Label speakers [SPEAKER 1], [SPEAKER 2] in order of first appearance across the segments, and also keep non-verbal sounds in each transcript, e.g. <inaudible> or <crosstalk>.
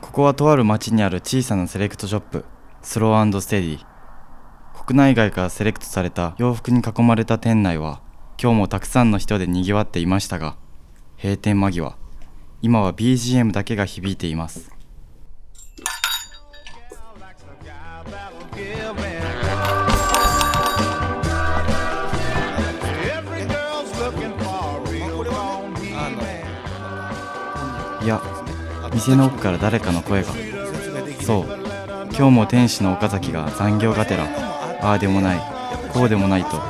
[SPEAKER 1] こはとある町にある小さなセレクトショップスローステディ国内外からセレクトされた洋服に囲まれた店内は今日もたくさんの人でにぎわっていましたが閉店間際今は BGM だけが響いていますいや店の奥から誰かの声がそう今日も天使の岡崎が残業がてらああでもないこうでもないと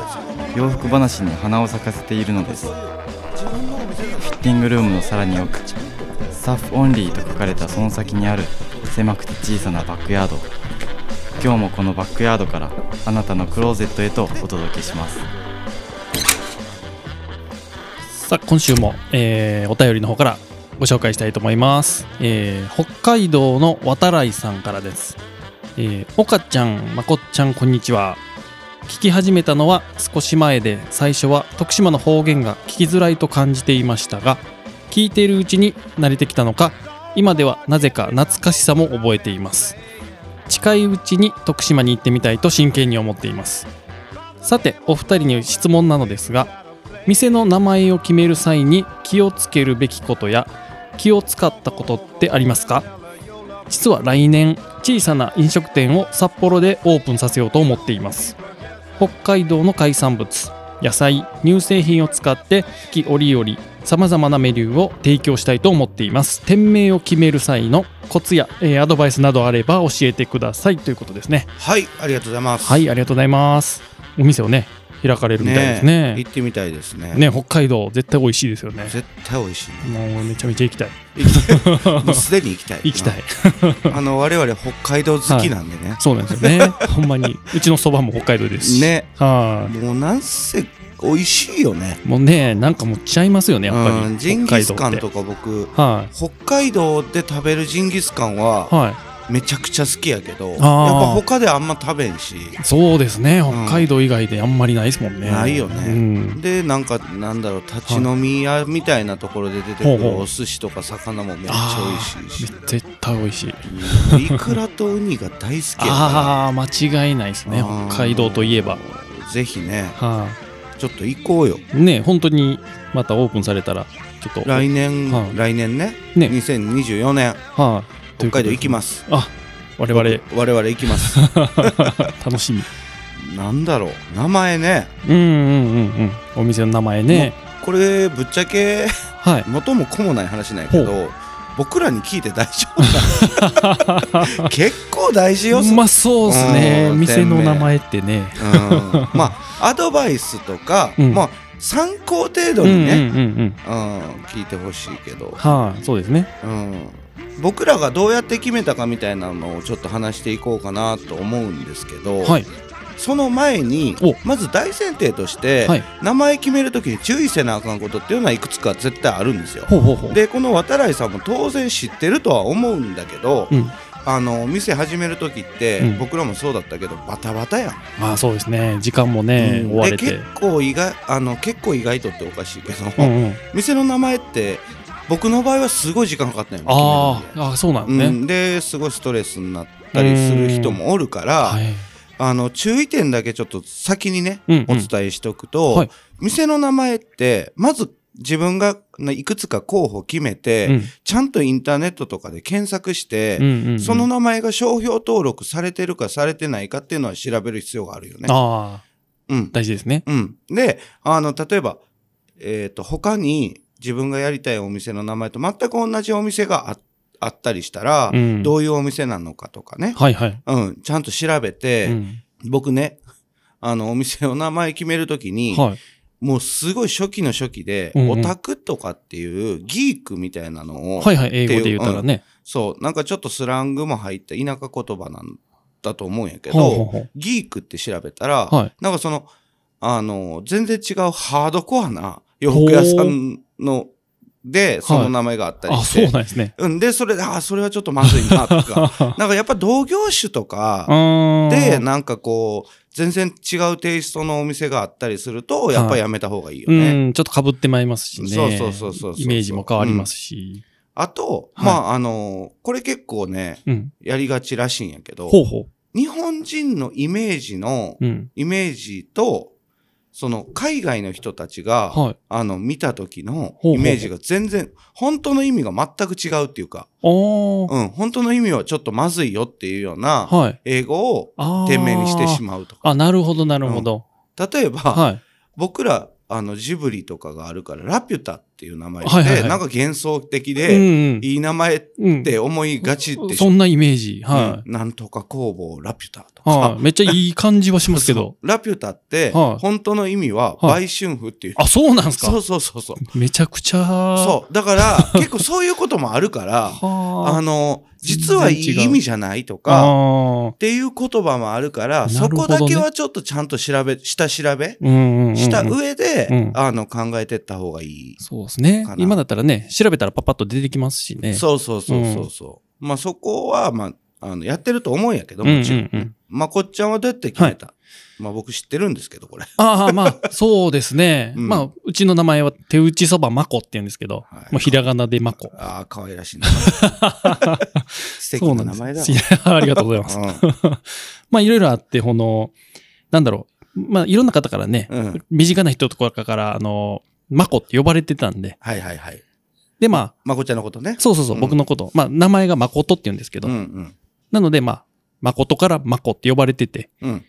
[SPEAKER 1] 洋服話に花を咲かせているのですフィッティングルームのさらに奥スタッフオンリーと書かれたその先にある狭くて小さなバックヤード今日もこのバックヤードからあなたのクローゼットへとお届けします
[SPEAKER 2] さあ今週も、えーお便りの方からご紹介したいと思います、えー北海道の渡来さんからです、えー、岡ちゃんまこっちゃんこんにちは聞き始めたのは少し前で最初は徳島の方言が聞きづらいと感じていましたが聞いているうちに慣れてきたのか今ではなぜか懐かしさも覚えています近いうちに徳島に行ってみたいと真剣に思っていますさてお二人に質問なのですが店の名前を決める際に気をつけるべきことや気を使ったことってありますか実は来年小さな飲食店を札幌でオープンさせようと思っています北海道の海産物野菜乳製品を使って四季折々さまざまなメニューを提供したいと思っています店名を決める際のコツや、えーアドバイスなどあれば教えてくださいということですね
[SPEAKER 3] はい、ありがとうございます。
[SPEAKER 2] はいありがとうございますお店をね開かれるみたいですね
[SPEAKER 3] 行ってみたいですね。
[SPEAKER 2] ね北海道絶対美味しいですよね
[SPEAKER 3] 絶対美味しいね。
[SPEAKER 2] もうめちゃめちゃ行きたい
[SPEAKER 3] もうすでに行きたい。
[SPEAKER 2] 行きたい
[SPEAKER 3] <laughs> あの我々北海道好きなんでね。
[SPEAKER 2] そうなんですよ
[SPEAKER 3] <laughs>
[SPEAKER 2] ねほんまにうちのそばも北海道ですし
[SPEAKER 3] ね、
[SPEAKER 2] は
[SPEAKER 3] もうなんせ美味しいよね。
[SPEAKER 2] いもうねなんかもうちゃいますよねやっぱ
[SPEAKER 3] うん
[SPEAKER 2] り
[SPEAKER 3] ジン
[SPEAKER 2] 北
[SPEAKER 3] ギ
[SPEAKER 2] 海道
[SPEAKER 3] ス
[SPEAKER 2] っ
[SPEAKER 3] カン
[SPEAKER 2] て
[SPEAKER 3] とか僕
[SPEAKER 2] は
[SPEAKER 3] 北海道で食べるジンギスカン
[SPEAKER 2] い
[SPEAKER 3] は
[SPEAKER 2] は
[SPEAKER 3] めちゃくちゃ好きやけど、やっ
[SPEAKER 2] あー
[SPEAKER 3] ぱ他であんま食べんし。
[SPEAKER 2] いそうですね
[SPEAKER 3] ん
[SPEAKER 2] 北海道以外であんまりないですもんね
[SPEAKER 3] ないよね
[SPEAKER 2] うん
[SPEAKER 3] でなんかなんだろう立ち飲み屋みたいなところで出てく
[SPEAKER 2] ほう
[SPEAKER 3] る
[SPEAKER 2] ほう
[SPEAKER 3] お寿司とか魚もめっちゃ
[SPEAKER 2] あ
[SPEAKER 3] 美味しいし
[SPEAKER 2] ー絶対美味しい
[SPEAKER 3] うんイクラとウニが大好きやか
[SPEAKER 2] ああー間違いないですね
[SPEAKER 3] うん
[SPEAKER 2] 北海道といえば
[SPEAKER 3] らぜひね
[SPEAKER 2] は
[SPEAKER 3] ちょっと行こうよ
[SPEAKER 2] いね本当にまたオープンされたらちょっと
[SPEAKER 3] 来年、
[SPEAKER 2] はい
[SPEAKER 3] 来年ね
[SPEAKER 2] ね
[SPEAKER 3] 2024年
[SPEAKER 2] はい
[SPEAKER 3] 北海道行き
[SPEAKER 2] ま
[SPEAKER 3] ます
[SPEAKER 2] あ我々
[SPEAKER 3] 我々行きます
[SPEAKER 2] <laughs> 楽しみ
[SPEAKER 3] なんだろう名前ね
[SPEAKER 2] うんうんうんうんお店の名前ね
[SPEAKER 3] これぶっちゃけ
[SPEAKER 2] はい
[SPEAKER 3] 元も子もない話なんやけど僕らに聞いて大丈
[SPEAKER 2] <laughs>
[SPEAKER 3] 夫か結構大事よ、そ
[SPEAKER 2] まあそうですね
[SPEAKER 3] うん
[SPEAKER 2] 店の名前ってね
[SPEAKER 3] うんまあアドバイスとか、
[SPEAKER 2] うん
[SPEAKER 3] まあ参考程度
[SPEAKER 2] うんうんうん
[SPEAKER 3] にね、
[SPEAKER 2] うん
[SPEAKER 3] うん聞いてほしいけど、
[SPEAKER 2] はいそうですね
[SPEAKER 3] うん、僕らがどうやって決めたかみたいなのをちょっと話していこうかなと思うんですけど、
[SPEAKER 2] はい
[SPEAKER 3] その前に
[SPEAKER 2] お
[SPEAKER 3] まず大前提として、
[SPEAKER 2] はい
[SPEAKER 3] 名前決めるときに注意せなあかんことっていうのはいくつか絶対あるんですよ。
[SPEAKER 2] ほうほうほう
[SPEAKER 3] でこの渡来さんも当然知ってるとは思うんだけど、
[SPEAKER 2] うん
[SPEAKER 3] あの店始める時って、
[SPEAKER 2] うん
[SPEAKER 3] 僕らもそうだったけどバタバタやん、
[SPEAKER 2] まあそうですね時間もね
[SPEAKER 3] うん
[SPEAKER 2] 追わ
[SPEAKER 3] で
[SPEAKER 2] れて
[SPEAKER 3] 結構意外あの結構意外とっておかしいけど、
[SPEAKER 2] うんうん
[SPEAKER 3] 店の名前って僕の場合はすごい時間かかったんよ
[SPEAKER 2] あ
[SPEAKER 3] 決め
[SPEAKER 2] ー
[SPEAKER 3] るんで
[SPEAKER 2] あーそうなん
[SPEAKER 3] う
[SPEAKER 2] ね
[SPEAKER 3] ん、ですごいストレスになったりする人もおるから、
[SPEAKER 2] はい
[SPEAKER 3] あの注意点だけちょっと先にね、
[SPEAKER 2] うんうん
[SPEAKER 3] お伝えしておくと、
[SPEAKER 2] はい
[SPEAKER 3] 店の名前ってまず自分がいくつか候補決めて、
[SPEAKER 2] うん
[SPEAKER 3] ちゃんとインターネットとかで検索して、
[SPEAKER 2] うんうんうん
[SPEAKER 3] その名前が商標登録されてるかされてないかっていうのは調べる必要があるよね。
[SPEAKER 2] ああ
[SPEAKER 3] うん
[SPEAKER 2] 大事ですね
[SPEAKER 3] うん、であの例えば、えー、と他に自分がやりたいお店の名前と全く同じお店がああったりしたら、
[SPEAKER 2] うん
[SPEAKER 3] どういうお店なのかとかね、
[SPEAKER 2] はいはい
[SPEAKER 3] うん、ちゃんと調べ
[SPEAKER 2] う
[SPEAKER 3] て、
[SPEAKER 2] ん
[SPEAKER 3] 僕ねあのお店の名前決めるときに、
[SPEAKER 2] はい
[SPEAKER 3] もうすごい初期の初期で、
[SPEAKER 2] うんうん
[SPEAKER 3] オタクとかっていうギークみたいなのを、
[SPEAKER 2] はいはい英語で言ったらね
[SPEAKER 3] そうなんかちょっとスラングも入った田舎言葉なんだと思うんやけ
[SPEAKER 2] ほ
[SPEAKER 3] ど、
[SPEAKER 2] うほうほう
[SPEAKER 3] ギークって調べたら、
[SPEAKER 2] はい
[SPEAKER 3] なんかその、あの、全然違うハードコアな洋服屋さんの、で、その名前があったり
[SPEAKER 2] あ
[SPEAKER 3] して。
[SPEAKER 2] そうなんですね
[SPEAKER 3] うんで、それで、あ、それはちょっとまずいな、
[SPEAKER 2] <laughs>
[SPEAKER 3] とか。なんかやっぱ同業種と
[SPEAKER 2] う
[SPEAKER 3] か、
[SPEAKER 2] ーん
[SPEAKER 3] で、なんかこう、全然違うテイストのお店があったりすると、やっぱやめた方がいいよね。
[SPEAKER 2] うんちょっとかぶってまいりますしね
[SPEAKER 3] そうそうそうそうそう
[SPEAKER 2] イメージも変わりますし
[SPEAKER 3] あと、
[SPEAKER 2] はい
[SPEAKER 3] まあ、あの、これ結構ね、
[SPEAKER 2] うん。
[SPEAKER 3] やりがちらしいんやけど、
[SPEAKER 2] ほうほう。
[SPEAKER 3] 日本人のイメージの、
[SPEAKER 2] うん。
[SPEAKER 3] イメージと、その海外の人たちが、
[SPEAKER 2] はい。
[SPEAKER 3] あの、見た時の
[SPEAKER 2] ほうほう
[SPEAKER 3] イメージが全然、本当の意味が全く違うっていうか、
[SPEAKER 2] あー。
[SPEAKER 3] うん、本当の意味はちょっとまずいよっていうような
[SPEAKER 2] はい。
[SPEAKER 3] 英語を
[SPEAKER 2] あー。
[SPEAKER 3] 店名にしてしまうとか。
[SPEAKER 2] あ、なるほど、なるほど。
[SPEAKER 3] 例えば、
[SPEAKER 2] はい。
[SPEAKER 3] 僕ら、あの、ジブリとかがあるから、ラピュタっていう名前で、
[SPEAKER 2] はいはいはい
[SPEAKER 3] なんか幻想的
[SPEAKER 2] う
[SPEAKER 3] で、
[SPEAKER 2] ん
[SPEAKER 3] いい名前っ
[SPEAKER 2] うん。うん。
[SPEAKER 3] て思いがちってし
[SPEAKER 2] そんなイメージ。
[SPEAKER 3] うん
[SPEAKER 2] は
[SPEAKER 3] なんとか工房ラピュタと
[SPEAKER 2] い。
[SPEAKER 3] か、
[SPEAKER 2] はい。めっちゃいい感じはしますけど
[SPEAKER 3] そ。うラピュタって、
[SPEAKER 2] はい
[SPEAKER 3] 本当の意味は、
[SPEAKER 2] は
[SPEAKER 3] 売春婦っていう。
[SPEAKER 2] あ、そうなんです
[SPEAKER 3] そ
[SPEAKER 2] か
[SPEAKER 3] うそうそうそう。
[SPEAKER 2] めちゃくちゃ。う。
[SPEAKER 3] そう。だ
[SPEAKER 2] <laughs>
[SPEAKER 3] から、結構そういうこともあるから、
[SPEAKER 2] は
[SPEAKER 3] あ
[SPEAKER 2] あ。
[SPEAKER 3] の、実はい
[SPEAKER 2] 全然
[SPEAKER 3] い
[SPEAKER 2] 違う
[SPEAKER 3] 意味じゃないと
[SPEAKER 2] あ
[SPEAKER 3] か、
[SPEAKER 2] ー
[SPEAKER 3] っていう言葉もあるか
[SPEAKER 2] な
[SPEAKER 3] ら、
[SPEAKER 2] るほ
[SPEAKER 3] そ
[SPEAKER 2] どね
[SPEAKER 3] こだけはちょっとちゃんと調べ、下調べ
[SPEAKER 2] うんうんうんうん。
[SPEAKER 3] した上で、
[SPEAKER 2] うん
[SPEAKER 3] あの、考えてった方がいい。
[SPEAKER 2] そうですね
[SPEAKER 3] か。な
[SPEAKER 2] 今だったらね、調べたらパパッと出てきますしね。
[SPEAKER 3] そうそうそうそうそう。まあそこは、まあ、あの、やってると思うんやけど、もちろん。
[SPEAKER 2] うんうんうん
[SPEAKER 3] まこっちゃんはどうやって決めた、まあ僕知ってるんですけど、これ。
[SPEAKER 2] ああ、まあ、そうですね。
[SPEAKER 3] うん
[SPEAKER 2] まあ、うちの名前は手打ちそばまこって言うんですけど、
[SPEAKER 3] はい
[SPEAKER 2] もうひらがなでまこ。
[SPEAKER 3] ああ、可愛らしいな。素敵な名前だ。
[SPEAKER 2] そうなんです。ありがとうございます。まあ、いろいろあって、この、なんだろう。まあ、いろんな方からね、
[SPEAKER 3] うん。うん。
[SPEAKER 2] 身近な人とかから、あの、まこって呼ばれてたんで、
[SPEAKER 3] はいはいはい。
[SPEAKER 2] で、まあ、
[SPEAKER 3] まこっちゃんのことね。
[SPEAKER 2] そうそうそう、
[SPEAKER 3] うん
[SPEAKER 2] 僕のこと、まあ、名前がまことって言うんですけど、
[SPEAKER 3] うんうん。
[SPEAKER 2] なので、まあ、まことからまこって呼ばれてて、
[SPEAKER 3] うん。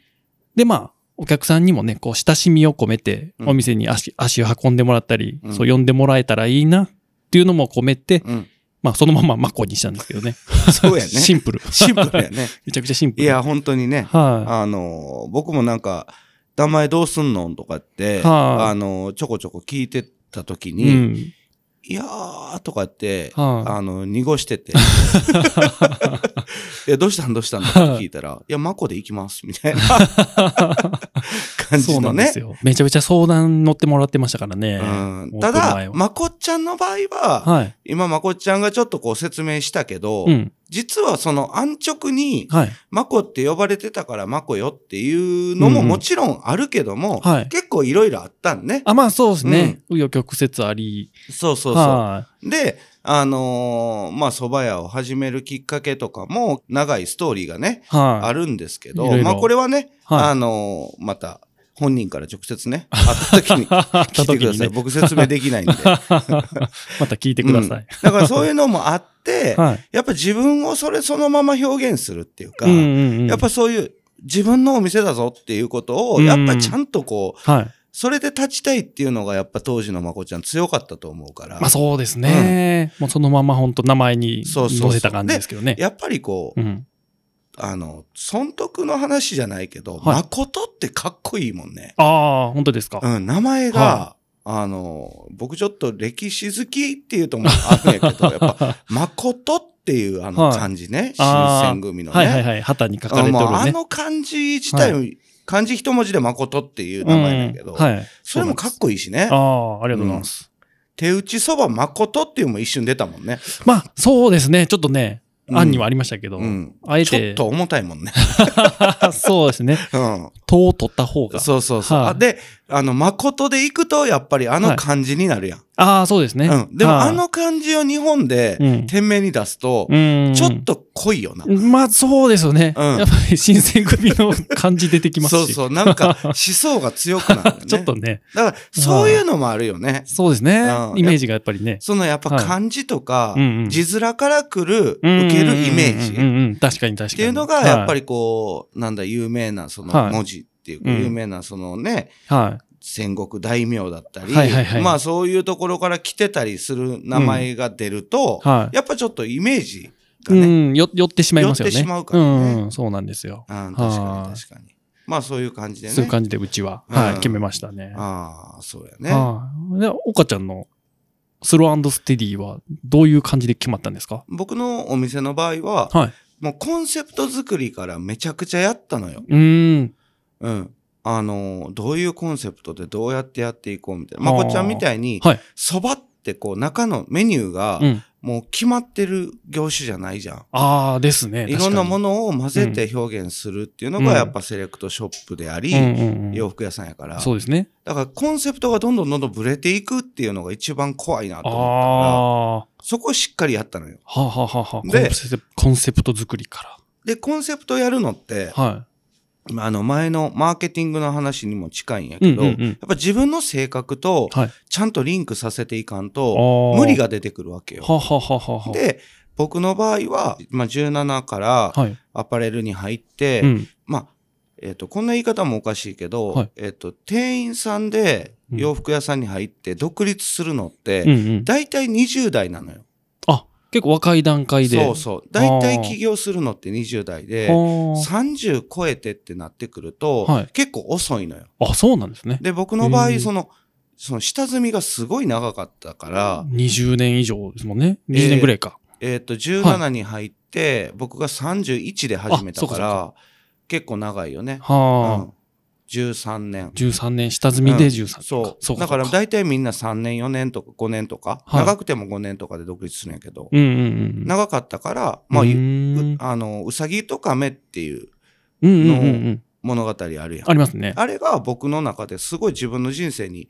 [SPEAKER 2] で、まあ、お客さんにもね、こう、親しみを込めて、
[SPEAKER 3] うん
[SPEAKER 2] お店に足,、足を運んでもらったり、
[SPEAKER 3] うん
[SPEAKER 2] そう、呼んでもらえたらいいなっていうのも込めて、
[SPEAKER 3] うん。
[SPEAKER 2] まあ、そのままマコにしたんですけどね。
[SPEAKER 3] <laughs> そうやね。
[SPEAKER 2] <laughs> シンプル。
[SPEAKER 3] シンプルやね。
[SPEAKER 2] <laughs> めちゃくちゃシンプ
[SPEAKER 3] い
[SPEAKER 2] ル。
[SPEAKER 3] や、本当にね。
[SPEAKER 2] は
[SPEAKER 3] あのー、僕もなんか、名前どうすんのとかって、
[SPEAKER 2] はい
[SPEAKER 3] あのー、ちょこちょこ聞いてた時
[SPEAKER 2] い。
[SPEAKER 3] に、
[SPEAKER 2] うん。
[SPEAKER 3] いやーとかって、
[SPEAKER 2] は
[SPEAKER 3] あの、濁し
[SPEAKER 2] <laughs>
[SPEAKER 3] てて。いや、どうしたんどうしたんって聞いたら、いや、マコで行きます、み
[SPEAKER 2] <laughs>
[SPEAKER 3] たいな感
[SPEAKER 2] い。
[SPEAKER 3] じ
[SPEAKER 2] そうな
[SPEAKER 3] の
[SPEAKER 2] んで
[SPEAKER 3] ね
[SPEAKER 2] す。よ。めちゃめちゃ相談乗ってもらってましたからね。
[SPEAKER 3] うん
[SPEAKER 2] オープン
[SPEAKER 3] た
[SPEAKER 2] 前
[SPEAKER 3] だ、
[SPEAKER 2] は
[SPEAKER 3] まこっちゃんの場合は、
[SPEAKER 2] はい。
[SPEAKER 3] 今、まこっちゃんがちょっとこう説明したけど、
[SPEAKER 2] うん。
[SPEAKER 3] 実はその安直に、
[SPEAKER 2] はい。
[SPEAKER 3] まこって呼ばれてたからまこよっていうのも
[SPEAKER 2] うんうん
[SPEAKER 3] もちろんあるけども、
[SPEAKER 2] はい
[SPEAKER 3] 結構いろいろあったんね。
[SPEAKER 2] あ、まあそうですね。紆余曲折あり。
[SPEAKER 3] そうそうそう。
[SPEAKER 2] は
[SPEAKER 3] で、あのーまあ、蕎麦屋を始めるきっかけとかも長いストーリーがね、
[SPEAKER 2] い。は
[SPEAKER 3] あ
[SPEAKER 2] い。
[SPEAKER 3] るんですけ
[SPEAKER 2] い
[SPEAKER 3] ど、
[SPEAKER 2] ろいろ
[SPEAKER 3] まあ、これはね、
[SPEAKER 2] はい
[SPEAKER 3] あのーまた、本人から直
[SPEAKER 2] <laughs>
[SPEAKER 3] 接ね、会った時に
[SPEAKER 2] あっ
[SPEAKER 3] 聞
[SPEAKER 2] た
[SPEAKER 3] いてく
[SPEAKER 2] 時
[SPEAKER 3] だ
[SPEAKER 2] に
[SPEAKER 3] さい。
[SPEAKER 2] ね。
[SPEAKER 3] 僕説明できないんで。
[SPEAKER 2] <laughs> また聞いてください。
[SPEAKER 3] だからそういうのもあって、
[SPEAKER 2] はい。
[SPEAKER 3] やっぱ自分をそれそのまま表現するっていうか、
[SPEAKER 2] うんうんうん。
[SPEAKER 3] やっぱそういう自分のお店だぞっていうことを、やっぱちゃんとこう、
[SPEAKER 2] はい。
[SPEAKER 3] それで立ちたいっていうのがやっぱ当時のまこちゃん強かったと思うから、
[SPEAKER 2] まあそうですね。もうそのまま本当名前に
[SPEAKER 3] そう
[SPEAKER 2] 載
[SPEAKER 3] そうそう
[SPEAKER 2] せた感じですけどね。
[SPEAKER 3] やっぱりこう、
[SPEAKER 2] うん。
[SPEAKER 3] あの、損得の話じゃないけど、
[SPEAKER 2] はい
[SPEAKER 3] まことってかっこいいもんね。
[SPEAKER 2] ああ、本当ですか。
[SPEAKER 3] うん、名前が、
[SPEAKER 2] は
[SPEAKER 3] あの、僕ちょっと歴史好きっていうともあるんやけ
[SPEAKER 2] <laughs>
[SPEAKER 3] ど、やっぱ、まことっていうあの
[SPEAKER 2] はい
[SPEAKER 3] 漢字ね、
[SPEAKER 2] あー
[SPEAKER 3] 新選組のね。
[SPEAKER 2] はいはいはい。旗に書か
[SPEAKER 3] あ
[SPEAKER 2] れてる
[SPEAKER 3] ま
[SPEAKER 2] ね。
[SPEAKER 3] ああの漢字自体、漢字一文字で誠っていう名前なんやけど、
[SPEAKER 2] うんはい。
[SPEAKER 3] それもかっこいいしね
[SPEAKER 2] あ。あ、ありがとうございます。
[SPEAKER 3] 手打ちそば誠っていうのも一瞬出たもんね。
[SPEAKER 2] まあ、そうですね。ちょっとね、
[SPEAKER 3] うん
[SPEAKER 2] 案にはありましたけど、
[SPEAKER 3] うん。
[SPEAKER 2] あえ
[SPEAKER 3] ちょ
[SPEAKER 2] て
[SPEAKER 3] っ、と重たいもんね。
[SPEAKER 2] <laughs> そうですね。
[SPEAKER 3] う
[SPEAKER 2] 党を取った方
[SPEAKER 3] ん。
[SPEAKER 2] が。
[SPEAKER 3] そうそうそう。
[SPEAKER 2] はい
[SPEAKER 3] あで、あの、誠で行くと、やっぱりあの漢字になるやん。
[SPEAKER 2] ああ、そうですね。
[SPEAKER 3] うん。でも、
[SPEAKER 2] はい
[SPEAKER 3] あ、の漢字を日本で
[SPEAKER 2] うん、
[SPEAKER 3] 店名に出すと、
[SPEAKER 2] うん、
[SPEAKER 3] ちょっと濃いよな。
[SPEAKER 2] まあ、そうですよね。
[SPEAKER 3] うん
[SPEAKER 2] やっぱり新選組の感じ出てきますし。
[SPEAKER 3] そうそう。な
[SPEAKER 2] <laughs>
[SPEAKER 3] んか、思想が強くなるよね。
[SPEAKER 2] ちょっと。ね、
[SPEAKER 3] だから、そういうのもあるよね。
[SPEAKER 2] そうですね
[SPEAKER 3] う。ん
[SPEAKER 2] イメージがやっぱりね。
[SPEAKER 3] そのやっぱ漢字とか
[SPEAKER 2] はいうんう、ん
[SPEAKER 3] 字面から来る、
[SPEAKER 2] うん
[SPEAKER 3] 受けるイメージ
[SPEAKER 2] うん
[SPEAKER 3] っ
[SPEAKER 2] うんうん、確かに確かに。
[SPEAKER 3] ていうのが、やっぱ
[SPEAKER 2] り。
[SPEAKER 3] りこう、なんだ、有名なその
[SPEAKER 2] はい
[SPEAKER 3] 文字っていうか、
[SPEAKER 2] うん
[SPEAKER 3] 有名なそのね、
[SPEAKER 2] は
[SPEAKER 3] 戦国大名だったり
[SPEAKER 2] はいはいは、い
[SPEAKER 3] まあそういうところから来てたりする名前が出ると
[SPEAKER 2] い。、はい。
[SPEAKER 3] やっぱちょっとイメージが
[SPEAKER 2] う
[SPEAKER 3] ね、
[SPEAKER 2] ん、よ寄ってしまいますよね。
[SPEAKER 3] 寄ってしまうからね
[SPEAKER 2] うん、そうなんですよ。
[SPEAKER 3] うん、確か
[SPEAKER 2] は
[SPEAKER 3] に
[SPEAKER 2] い
[SPEAKER 3] 確かに。まあそういう感じでね。
[SPEAKER 2] そういう感じで、うちは、
[SPEAKER 3] う
[SPEAKER 2] はい、
[SPEAKER 3] ん
[SPEAKER 2] 決めましたね。
[SPEAKER 3] ああ、そうやね。
[SPEAKER 2] はい。で、岡ちゃんのスローステディはどういう感じで決まったんですか
[SPEAKER 3] 僕のお店の場合は、
[SPEAKER 2] はい。
[SPEAKER 3] もうコンセプト作りからめちゃくちゃやったのよ。
[SPEAKER 2] うーん。
[SPEAKER 3] うん。あのー、どういうコンセプトでどうやってやっていこうみたいな。まこっちゃんみたいに、
[SPEAKER 2] はい。
[SPEAKER 3] そばってこう中のメニューが
[SPEAKER 2] う、ん。
[SPEAKER 3] もう決まってる業種じゃないじゃん。
[SPEAKER 2] ああ、ですね。
[SPEAKER 3] いろんなも
[SPEAKER 2] の
[SPEAKER 3] のを混ぜて表現するっていうの
[SPEAKER 2] うん
[SPEAKER 3] がやっぱセレクトショップであり、
[SPEAKER 2] うんうんうん
[SPEAKER 3] 洋服屋さんやから。
[SPEAKER 2] そうですね。
[SPEAKER 3] だからコンセプトがどんどんどんどんブレていくっていうのが一番怖いなと
[SPEAKER 2] ああー、
[SPEAKER 3] 思ったか
[SPEAKER 2] は
[SPEAKER 3] ら、そこをしっかりやったのよ。
[SPEAKER 2] あ、はあはあはあ、コン
[SPEAKER 3] で
[SPEAKER 2] セプトコンセプト作りか
[SPEAKER 3] で、コンセプトやるのって
[SPEAKER 2] ら。、は
[SPEAKER 3] まああの前のマーケティングの話にも近いんや
[SPEAKER 2] い。う
[SPEAKER 3] け
[SPEAKER 2] んう
[SPEAKER 3] ど、
[SPEAKER 2] んう
[SPEAKER 3] や
[SPEAKER 2] ん。
[SPEAKER 3] っぱ自分の性格と
[SPEAKER 2] はい。
[SPEAKER 3] ちゃんとリンクさせていかん
[SPEAKER 2] あ
[SPEAKER 3] と、
[SPEAKER 2] ー
[SPEAKER 3] 無理。が出てくるわけよ。
[SPEAKER 2] はあはあはあはあ。、
[SPEAKER 3] で、僕の場合は、まあ、17から
[SPEAKER 2] はい。
[SPEAKER 3] アパレルに入って、
[SPEAKER 2] うん。
[SPEAKER 3] まあ、えっ、と、こんな言い方もおかしいけど、
[SPEAKER 2] はい
[SPEAKER 3] えっ、と、店員さんで
[SPEAKER 2] うん
[SPEAKER 3] 洋服屋さんに入って独立するのって、
[SPEAKER 2] うんうん。
[SPEAKER 3] 大体20代なのよ。
[SPEAKER 2] あ、結構若い段階で。
[SPEAKER 3] そうそう。大体起業するのって20代で、
[SPEAKER 2] は
[SPEAKER 3] 30超えてってなってくると、
[SPEAKER 2] はい
[SPEAKER 3] 結構遅いのよ。
[SPEAKER 2] あ。あ、そうなんですね。
[SPEAKER 3] で、僕の場
[SPEAKER 2] へえ
[SPEAKER 3] 合、その、その下積みがすごい長かったから、
[SPEAKER 2] 20年以上ですもんね。20年ぐらいか。
[SPEAKER 3] えっ、と、17に入って、僕が31で始めたから、
[SPEAKER 2] あ
[SPEAKER 3] 結構長いよね。う
[SPEAKER 2] はあ。
[SPEAKER 3] ん、13年。
[SPEAKER 2] 13年、下積みで
[SPEAKER 3] うん
[SPEAKER 2] 13年。
[SPEAKER 3] そう。
[SPEAKER 2] そう
[SPEAKER 3] だから
[SPEAKER 2] そう
[SPEAKER 3] 大体みんな3年、4年とか5年とか、
[SPEAKER 2] はい
[SPEAKER 3] 長くても5年とかで独立するんやけど、
[SPEAKER 2] うんうんうん。
[SPEAKER 3] 長かったから、まあ、
[SPEAKER 2] う
[SPEAKER 3] う
[SPEAKER 2] ーん
[SPEAKER 3] あの、うさぎとかめっていう
[SPEAKER 2] うんうんうんうん。
[SPEAKER 3] 物語あるやん。
[SPEAKER 2] ありますね。
[SPEAKER 3] あれが僕の中ですごい自分の人生に、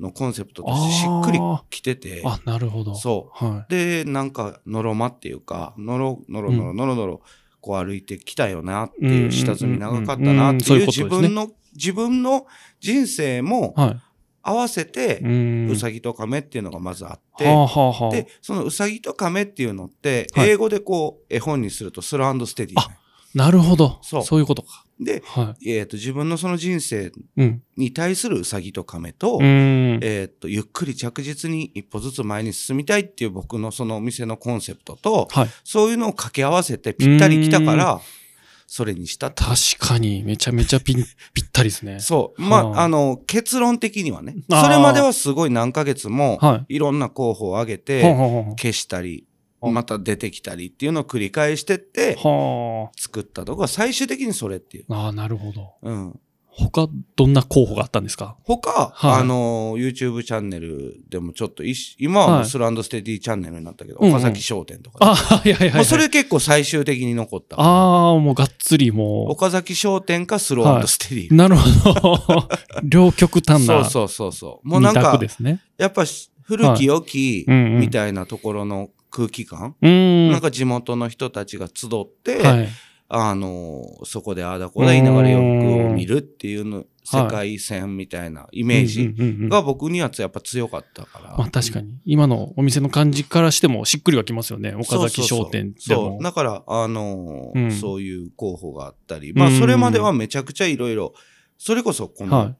[SPEAKER 3] のコンセプトとしてしっくりきてて、
[SPEAKER 2] あ、なるほど。
[SPEAKER 3] そう。
[SPEAKER 2] は
[SPEAKER 3] で、なんか、のろまっていうか、のろ、のろのろのろのろ、こう歩いてきたよなって
[SPEAKER 2] うんうんうん
[SPEAKER 3] いうう、下積み長かった
[SPEAKER 2] う
[SPEAKER 3] なんって
[SPEAKER 2] そう
[SPEAKER 3] い
[SPEAKER 2] いう
[SPEAKER 3] う
[SPEAKER 2] こと
[SPEAKER 3] 自
[SPEAKER 2] ですね
[SPEAKER 3] 分の、自分の人生も
[SPEAKER 2] い。は
[SPEAKER 3] 合わせて
[SPEAKER 2] い。う、ん。
[SPEAKER 3] うさぎと亀っていうのがまずあっ
[SPEAKER 2] はあ
[SPEAKER 3] て、
[SPEAKER 2] はあはあ。
[SPEAKER 3] で、そのうさぎと亀っていうのって、
[SPEAKER 2] はい
[SPEAKER 3] 英語でこう、絵本にするとスランドステディね。
[SPEAKER 2] なるほど。
[SPEAKER 3] そう
[SPEAKER 2] そういうことか。
[SPEAKER 3] で、
[SPEAKER 2] は
[SPEAKER 3] えっと、自分のその人生
[SPEAKER 2] い。うん。
[SPEAKER 3] に対するうさぎと亀と
[SPEAKER 2] う、ん。
[SPEAKER 3] えっと、ゆっくり着実に一歩ずつ前に進みたいっていう僕のそのお店のコンセプトと、
[SPEAKER 2] はい。
[SPEAKER 3] そういうのを掛け合わせてぴったりきたから、それにしたと。
[SPEAKER 2] 確かに、めちゃめちゃピン、 <laughs> ぴったりですね。
[SPEAKER 3] そう。ま
[SPEAKER 2] はあ
[SPEAKER 3] あ、あの、結論的にはね。
[SPEAKER 2] あー
[SPEAKER 3] それまではすごい何ヶ月も、
[SPEAKER 2] はい
[SPEAKER 3] ろんな候補を挙げ
[SPEAKER 2] い。ほんほ
[SPEAKER 3] て、
[SPEAKER 2] んほんほん
[SPEAKER 3] 消したり、
[SPEAKER 2] あ
[SPEAKER 3] また出てきたりっていうのを繰り返してって、
[SPEAKER 2] は
[SPEAKER 3] 作ったとこが最終的にそれっていう。
[SPEAKER 2] あ。ああ、なるほど。
[SPEAKER 3] うん。
[SPEAKER 2] 他、どんな候補があったんですか <laughs>
[SPEAKER 3] 他、
[SPEAKER 2] はい
[SPEAKER 3] あの、YouTube チャンネルでもちょっと一緒、今はも
[SPEAKER 2] は
[SPEAKER 3] う
[SPEAKER 2] い
[SPEAKER 3] スランドステディチャンネルになったけど、
[SPEAKER 2] うんうん
[SPEAKER 3] 岡崎商店とかね、
[SPEAKER 2] ああ、いやいやいや。
[SPEAKER 3] まあそれ結構最終的に残った。
[SPEAKER 2] ああ、もうがっつりも
[SPEAKER 3] 岡崎商店かスローステディ。
[SPEAKER 2] う。なるほど。 <laughs> 両極端
[SPEAKER 3] そう
[SPEAKER 2] な
[SPEAKER 3] そうそうそう。もうな
[SPEAKER 2] 二
[SPEAKER 3] んか
[SPEAKER 2] 択で、すね。
[SPEAKER 3] やっぱし古き良き
[SPEAKER 2] うんうん
[SPEAKER 3] みたいなところの空気感、
[SPEAKER 2] うーん。
[SPEAKER 3] なんか地元の人たちが集って、
[SPEAKER 2] はい。
[SPEAKER 3] あのーそこでああだこうだ言いながら洋服を見るっていうの、世界線みたいなイメー
[SPEAKER 2] う
[SPEAKER 3] ジ
[SPEAKER 2] んうんうん
[SPEAKER 3] が僕にはやっぱ強かったから。
[SPEAKER 2] まあ確かに。今のお店の感じからしてもしっくりはきますよね。岡崎商店
[SPEAKER 3] そ
[SPEAKER 2] で
[SPEAKER 3] うそうそう
[SPEAKER 2] も
[SPEAKER 3] そう。。だから、あのー
[SPEAKER 2] うん
[SPEAKER 3] そういう候補があったり、
[SPEAKER 2] ん
[SPEAKER 3] まあそれまではめちゃくちゃいろいろ、それこそこの、
[SPEAKER 2] はい。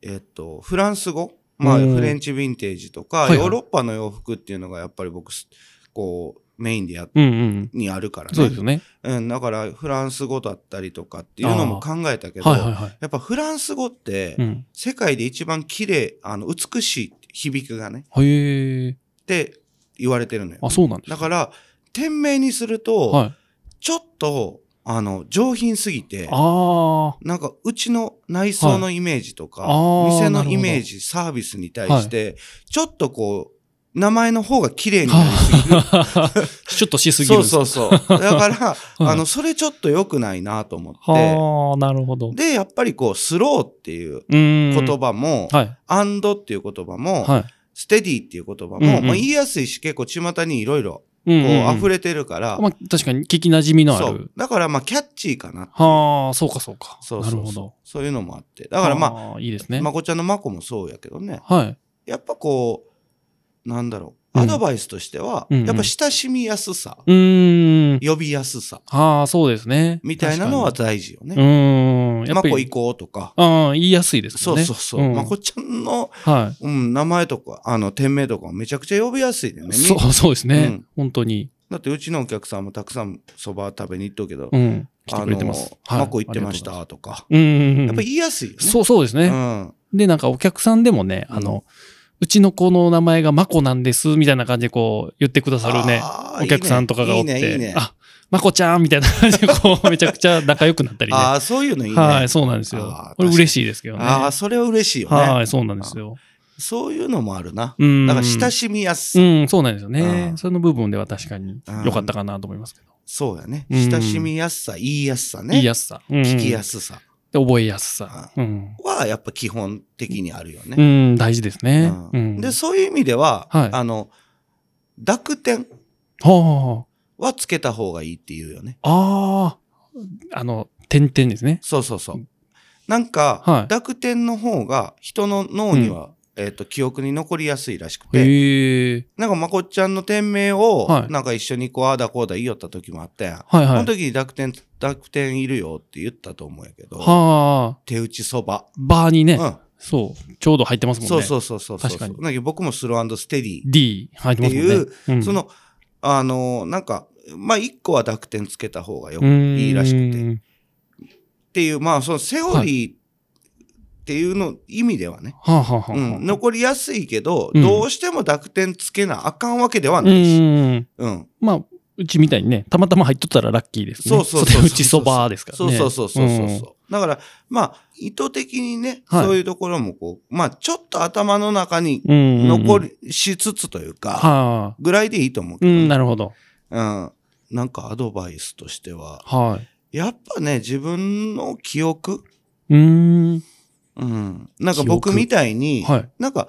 [SPEAKER 3] えっと、フランス語、まあ、
[SPEAKER 2] うん
[SPEAKER 3] フレンチヴィンテージと
[SPEAKER 2] はい
[SPEAKER 3] か、
[SPEAKER 2] はい
[SPEAKER 3] ヨーロッパの洋服っていうのがやっぱり僕、すこう、メインでやっ
[SPEAKER 2] うんうん。
[SPEAKER 3] にあるからね。
[SPEAKER 2] そうですよね。
[SPEAKER 3] うん、だから、フランス語だったりとかっていうのも考えたけど、
[SPEAKER 2] はいはいはい。
[SPEAKER 3] やっぱフランス語って、
[SPEAKER 2] うん。
[SPEAKER 3] 世界で一番綺麗、あの、美しい響きがね、
[SPEAKER 2] へえ。
[SPEAKER 3] って言われてるのよ
[SPEAKER 2] あ、。そうなんです
[SPEAKER 3] だ
[SPEAKER 2] ね
[SPEAKER 3] から、店名にすると、
[SPEAKER 2] はい。
[SPEAKER 3] ちょっと、あの、上品すぎて、
[SPEAKER 2] ああ。
[SPEAKER 3] なんか、うちの内装のイメージとか、
[SPEAKER 2] はいあー
[SPEAKER 3] 店の
[SPEAKER 2] なるほど
[SPEAKER 3] イメージ、サービスに対して、ちょっとこう、名前の方が綺麗になりすぎる。
[SPEAKER 2] ちょっとしすぎる
[SPEAKER 3] そ
[SPEAKER 2] ん
[SPEAKER 3] う
[SPEAKER 2] です。
[SPEAKER 3] そうそう。
[SPEAKER 2] <laughs>
[SPEAKER 3] だから、あの、それちょっと良くないなと思っ
[SPEAKER 2] はあ、なるほど。
[SPEAKER 3] て、で、やっぱりこう、スローっていう
[SPEAKER 2] うーん。
[SPEAKER 3] 言葉も、
[SPEAKER 2] はい。
[SPEAKER 3] アンドっていう言葉も、
[SPEAKER 2] はい。
[SPEAKER 3] ステディっていう言葉も、
[SPEAKER 2] うんうん
[SPEAKER 3] まあ、言いやすいし、結構巷にいろいろ、
[SPEAKER 2] う
[SPEAKER 3] こ
[SPEAKER 2] んうんう
[SPEAKER 3] う、
[SPEAKER 2] ん
[SPEAKER 3] 溢れてるから、
[SPEAKER 2] まあ確かに聞き馴染みのあ
[SPEAKER 3] そ
[SPEAKER 2] る
[SPEAKER 3] う。。だから、まあ、キャッチーかな。
[SPEAKER 2] はあ、そうかそうか。
[SPEAKER 3] そう
[SPEAKER 2] な
[SPEAKER 3] そ
[SPEAKER 2] る
[SPEAKER 3] う
[SPEAKER 2] ほ
[SPEAKER 3] そう
[SPEAKER 2] ど。。
[SPEAKER 3] そういうのもあって。
[SPEAKER 2] だ
[SPEAKER 3] だから、まあ、
[SPEAKER 2] あー、いいですね。
[SPEAKER 3] まこちゃんのまこもそうやけどね。
[SPEAKER 2] はい。
[SPEAKER 3] やっぱこう、なんだろ
[SPEAKER 2] う
[SPEAKER 3] う、
[SPEAKER 2] ん
[SPEAKER 3] アドバイスとしては、
[SPEAKER 2] うんうん
[SPEAKER 3] やっぱ親しみやすさ、
[SPEAKER 2] うーん。
[SPEAKER 3] 呼びやすさ、
[SPEAKER 2] ああ、そうですね。
[SPEAKER 3] みたいなのは大事よ
[SPEAKER 2] 確かに、
[SPEAKER 3] ね。
[SPEAKER 2] うーん。や
[SPEAKER 3] ま
[SPEAKER 2] っぱ
[SPEAKER 3] こ
[SPEAKER 2] り
[SPEAKER 3] 行、こうとか、
[SPEAKER 2] ああ、言いやすいです
[SPEAKER 3] そ
[SPEAKER 2] よ
[SPEAKER 3] う
[SPEAKER 2] ね。
[SPEAKER 3] そうそう、
[SPEAKER 2] ん
[SPEAKER 3] まこちゃんの、
[SPEAKER 2] は
[SPEAKER 3] うん、名前とか、あの、店名とかもめちゃくちゃ呼びやすいでね。
[SPEAKER 2] い。
[SPEAKER 3] み
[SPEAKER 2] そう、そうです
[SPEAKER 3] う
[SPEAKER 2] ね
[SPEAKER 3] ん。
[SPEAKER 2] 本当に。
[SPEAKER 3] だってうちのお客さんもたくさんそば食べに行っとくけど、
[SPEAKER 2] うん。来て
[SPEAKER 3] あ
[SPEAKER 2] くれ
[SPEAKER 3] の
[SPEAKER 2] てます。、はい
[SPEAKER 3] まこ行ってまし。
[SPEAKER 2] あ
[SPEAKER 3] たとか、
[SPEAKER 2] りがとうございますうんうんうん。
[SPEAKER 3] やっぱ言いやすいよね。
[SPEAKER 2] そう、そうです
[SPEAKER 3] う
[SPEAKER 2] ね。
[SPEAKER 3] ん。
[SPEAKER 2] で、なんかお客さんでもね、
[SPEAKER 3] うん
[SPEAKER 2] あの、うちの子の名前がまこなんです、みたいな感じでこう、言ってくださるね。
[SPEAKER 3] あー
[SPEAKER 2] お客さんとかがおっ
[SPEAKER 3] いいね、いいね。いい
[SPEAKER 2] て
[SPEAKER 3] ね、
[SPEAKER 2] あ、まこちゃんみたいな感じでこう、めちゃくちゃ仲良くなったりね。
[SPEAKER 3] <laughs> ああ、そういうのいいね。
[SPEAKER 2] はい、そうなんですよ
[SPEAKER 3] あー。
[SPEAKER 2] これ
[SPEAKER 3] 確かに
[SPEAKER 2] 嬉しいですけどね。
[SPEAKER 3] ああ、それは嬉しいよね。
[SPEAKER 2] はい、そうなんですよ。
[SPEAKER 3] そういうのもあるな。
[SPEAKER 2] うん。
[SPEAKER 3] だから親しみやすさ、
[SPEAKER 2] うん、そうなんですよね
[SPEAKER 3] う。ん
[SPEAKER 2] その部分では確かに良かったかなと思いますけど。
[SPEAKER 3] そうやね。
[SPEAKER 2] うん
[SPEAKER 3] 親しみやすさ、言いやすさね。
[SPEAKER 2] 言いやすさ。うん
[SPEAKER 3] 聞きやすさ
[SPEAKER 2] で覚えやすさ。うん。
[SPEAKER 3] はやっぱ基本的にあるよ
[SPEAKER 2] う
[SPEAKER 3] ね。
[SPEAKER 2] ん、大事ですね。
[SPEAKER 3] う
[SPEAKER 2] うんん。
[SPEAKER 3] で、そういう意味では、
[SPEAKER 2] はい
[SPEAKER 3] あの、濁点
[SPEAKER 2] はあは
[SPEAKER 3] はつけた方がいいっていうよね。
[SPEAKER 2] あはあ。ああ。あの、点々ですね。
[SPEAKER 3] そうそうそうう。なんか、
[SPEAKER 2] はい
[SPEAKER 3] 濁点の方が人の脳には、えっ、と、記憶に残りやすいらしくて、
[SPEAKER 2] へえ。
[SPEAKER 3] なんかまこっちゃんの店名を、
[SPEAKER 2] はい
[SPEAKER 3] なんか一緒にこう、ああだこうだ言いよった時もあったやん。
[SPEAKER 2] はいは
[SPEAKER 3] その
[SPEAKER 2] い。
[SPEAKER 3] 時に濁点、濁点いるよって言ったと思うんやけど、
[SPEAKER 2] はあ。
[SPEAKER 3] 手打ちそば。
[SPEAKER 2] バーに
[SPEAKER 3] う
[SPEAKER 2] ね、
[SPEAKER 3] ん。
[SPEAKER 2] そう、ちょうど入ってますもんね。
[SPEAKER 3] そうそうそうそうそう。
[SPEAKER 2] 確かに
[SPEAKER 3] なんか僕もスローステディ
[SPEAKER 2] D 入って
[SPEAKER 3] っ
[SPEAKER 2] ま
[SPEAKER 3] て
[SPEAKER 2] すもんね。
[SPEAKER 3] いう、
[SPEAKER 2] うん
[SPEAKER 3] そ、の、あの、なんか、まあ、一個は濁点つけた方がよく
[SPEAKER 2] い
[SPEAKER 3] いいらしくて、っ
[SPEAKER 2] て。
[SPEAKER 3] ていう、まあ、そのセオリーっていうの、意味ではね、
[SPEAKER 2] はあ、はあはあ、
[SPEAKER 3] うん、残りやすいけど、
[SPEAKER 2] うん
[SPEAKER 3] どうしても濁点つけなあかんわけでは
[SPEAKER 2] う
[SPEAKER 3] ないし、
[SPEAKER 2] ん。
[SPEAKER 3] うん、
[SPEAKER 2] まあ、うちみたいにね、たまたま入っとったらラッキーですね。
[SPEAKER 3] そうそうそうそう
[SPEAKER 2] うちそばですから
[SPEAKER 3] そう
[SPEAKER 2] ね。
[SPEAKER 3] そうそうそうそうそ
[SPEAKER 2] ん
[SPEAKER 3] う、だから、まあ、意図的にね、
[SPEAKER 2] はい
[SPEAKER 3] そういうところもこう、まあ、ちょっと頭の中に
[SPEAKER 2] うん。
[SPEAKER 3] 残
[SPEAKER 2] り。
[SPEAKER 3] りしつつというか、
[SPEAKER 2] はあ。
[SPEAKER 3] ぐらいでいいと思うけ
[SPEAKER 2] う
[SPEAKER 3] ど
[SPEAKER 2] ん、
[SPEAKER 3] ね、
[SPEAKER 2] なるほど。
[SPEAKER 3] うん、なんかアドバイスとしては、
[SPEAKER 2] はい。
[SPEAKER 3] やっぱね、自分の記憶、
[SPEAKER 2] うーん。
[SPEAKER 3] うん、なん
[SPEAKER 2] 記
[SPEAKER 3] か
[SPEAKER 2] 憶
[SPEAKER 3] 僕みたいに、
[SPEAKER 2] はい。
[SPEAKER 3] なんか、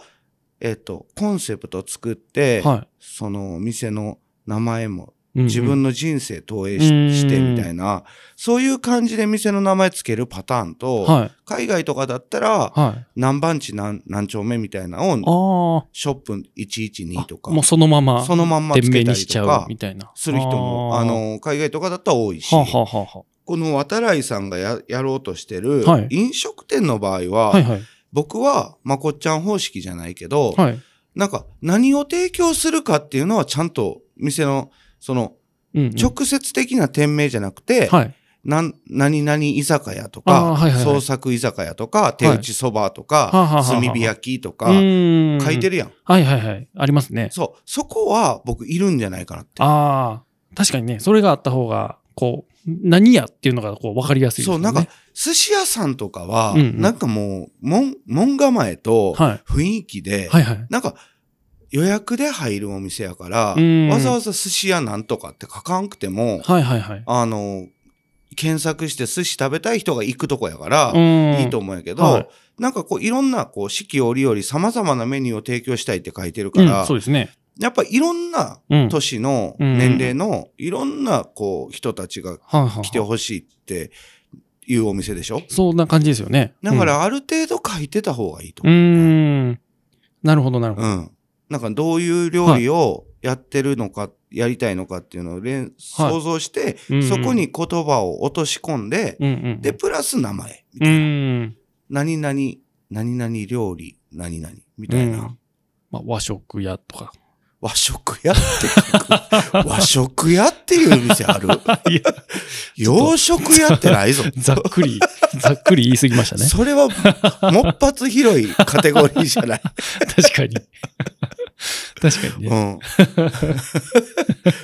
[SPEAKER 3] えっ、と、コンセプト作って、
[SPEAKER 2] は
[SPEAKER 3] そのお店の名前も
[SPEAKER 2] い。
[SPEAKER 3] 自
[SPEAKER 2] うん
[SPEAKER 3] 分の人生投影
[SPEAKER 2] うんうん
[SPEAKER 3] ししてみたいな、そういう感じで店の名前つけるパターン
[SPEAKER 2] うん、
[SPEAKER 3] と、
[SPEAKER 2] はい。
[SPEAKER 3] 海外とかだったら、
[SPEAKER 2] はい。
[SPEAKER 3] 何番地何何丁目みたいなのを、
[SPEAKER 2] あ
[SPEAKER 3] ショップ112
[SPEAKER 2] あ。
[SPEAKER 3] とか
[SPEAKER 2] もう、そのまま、
[SPEAKER 3] そのまんまつ
[SPEAKER 2] 店名
[SPEAKER 3] けた
[SPEAKER 2] にし
[SPEAKER 3] り
[SPEAKER 2] ち
[SPEAKER 3] と
[SPEAKER 2] ゃう
[SPEAKER 3] か、
[SPEAKER 2] みたいな。
[SPEAKER 3] する人も、
[SPEAKER 2] ー、
[SPEAKER 3] あ
[SPEAKER 2] は
[SPEAKER 3] の、海外とかだったら多いし、
[SPEAKER 2] あ、はあはあは
[SPEAKER 3] この渡来さんがややろうとしてる
[SPEAKER 2] はい
[SPEAKER 3] 飲食店の場合
[SPEAKER 2] あ。
[SPEAKER 3] は、
[SPEAKER 2] はいはい。
[SPEAKER 3] 僕はまこっちゃん方式じゃないけど、
[SPEAKER 2] はい。
[SPEAKER 3] なんか何を提供するかっていうのはちゃんと店のその
[SPEAKER 2] うんうん。
[SPEAKER 3] 直接的な店名じゃなくて、
[SPEAKER 2] はい。
[SPEAKER 3] なん何々居酒屋と
[SPEAKER 2] あー
[SPEAKER 3] か、
[SPEAKER 2] はいはいはい
[SPEAKER 3] 創作居酒屋とか、手打ちそばとか、
[SPEAKER 2] はあはあはあはあ
[SPEAKER 3] 炭火焼きとか、
[SPEAKER 2] 書
[SPEAKER 3] 書い
[SPEAKER 2] る。
[SPEAKER 3] てるやん。
[SPEAKER 2] はいはいはい。ありますね。
[SPEAKER 3] そう。そこは僕いるんじゃないかなって。
[SPEAKER 2] ああ、確かにね、それがあった方が、こう、何やっていうのがこう分かりやすいです
[SPEAKER 3] そ
[SPEAKER 2] よ
[SPEAKER 3] う、
[SPEAKER 2] ね。
[SPEAKER 3] なんか、寿司屋さんとかは、
[SPEAKER 2] うんうん
[SPEAKER 3] なんかもう、門、門構えと
[SPEAKER 2] は
[SPEAKER 3] 雰囲気で、
[SPEAKER 2] い、はいはい。
[SPEAKER 3] なんか、予約で入るお店やから
[SPEAKER 2] うん、
[SPEAKER 3] わざわざ寿司屋なんとかって書かんくても、
[SPEAKER 2] はいはいはい。
[SPEAKER 3] あの、検索して寿司食べたい人が行くとこやから、
[SPEAKER 2] うん
[SPEAKER 3] いいと思うんやけど、
[SPEAKER 2] はい
[SPEAKER 3] なんかこういろんなこう四季折々様々なメニューを提供したいって書いてるか
[SPEAKER 2] う
[SPEAKER 3] ら、
[SPEAKER 2] ん、そうですね。
[SPEAKER 3] やっぱいろんな
[SPEAKER 2] うん。
[SPEAKER 3] 都市の
[SPEAKER 2] うん
[SPEAKER 3] 年齢のいろんなこう人たちが
[SPEAKER 2] はいはいはい
[SPEAKER 3] 来てほしいっていうお店でしょ
[SPEAKER 2] そんな感じですよね。
[SPEAKER 3] だからある程度書いてた方がいいと
[SPEAKER 2] う
[SPEAKER 3] 思う。
[SPEAKER 2] ん、うーん。なるほどなるほ
[SPEAKER 3] う
[SPEAKER 2] ど。
[SPEAKER 3] ん。なんかどういう料理をやってるのか、やりたいのかっていうのを連想像して、
[SPEAKER 2] うん
[SPEAKER 3] そこに言葉を落とし込んで、
[SPEAKER 2] うんうん。
[SPEAKER 3] で、プラス名前み
[SPEAKER 2] う
[SPEAKER 3] たいな。
[SPEAKER 2] ん。
[SPEAKER 3] 何々、何々料理、何々みたいな。
[SPEAKER 2] うんまあ、和食屋とか。 <laughs>
[SPEAKER 3] 和食屋って書く和食屋っていう店ある
[SPEAKER 2] いや
[SPEAKER 3] 洋食屋ってないぞ。
[SPEAKER 2] ざっくり、ざっくり言い過ぎましたね。
[SPEAKER 3] <laughs> それは、もっぱつ広いカテゴリーじゃない。
[SPEAKER 2] 確かに。 <laughs> 確かに
[SPEAKER 3] う
[SPEAKER 2] ね。 <laughs>
[SPEAKER 3] ん。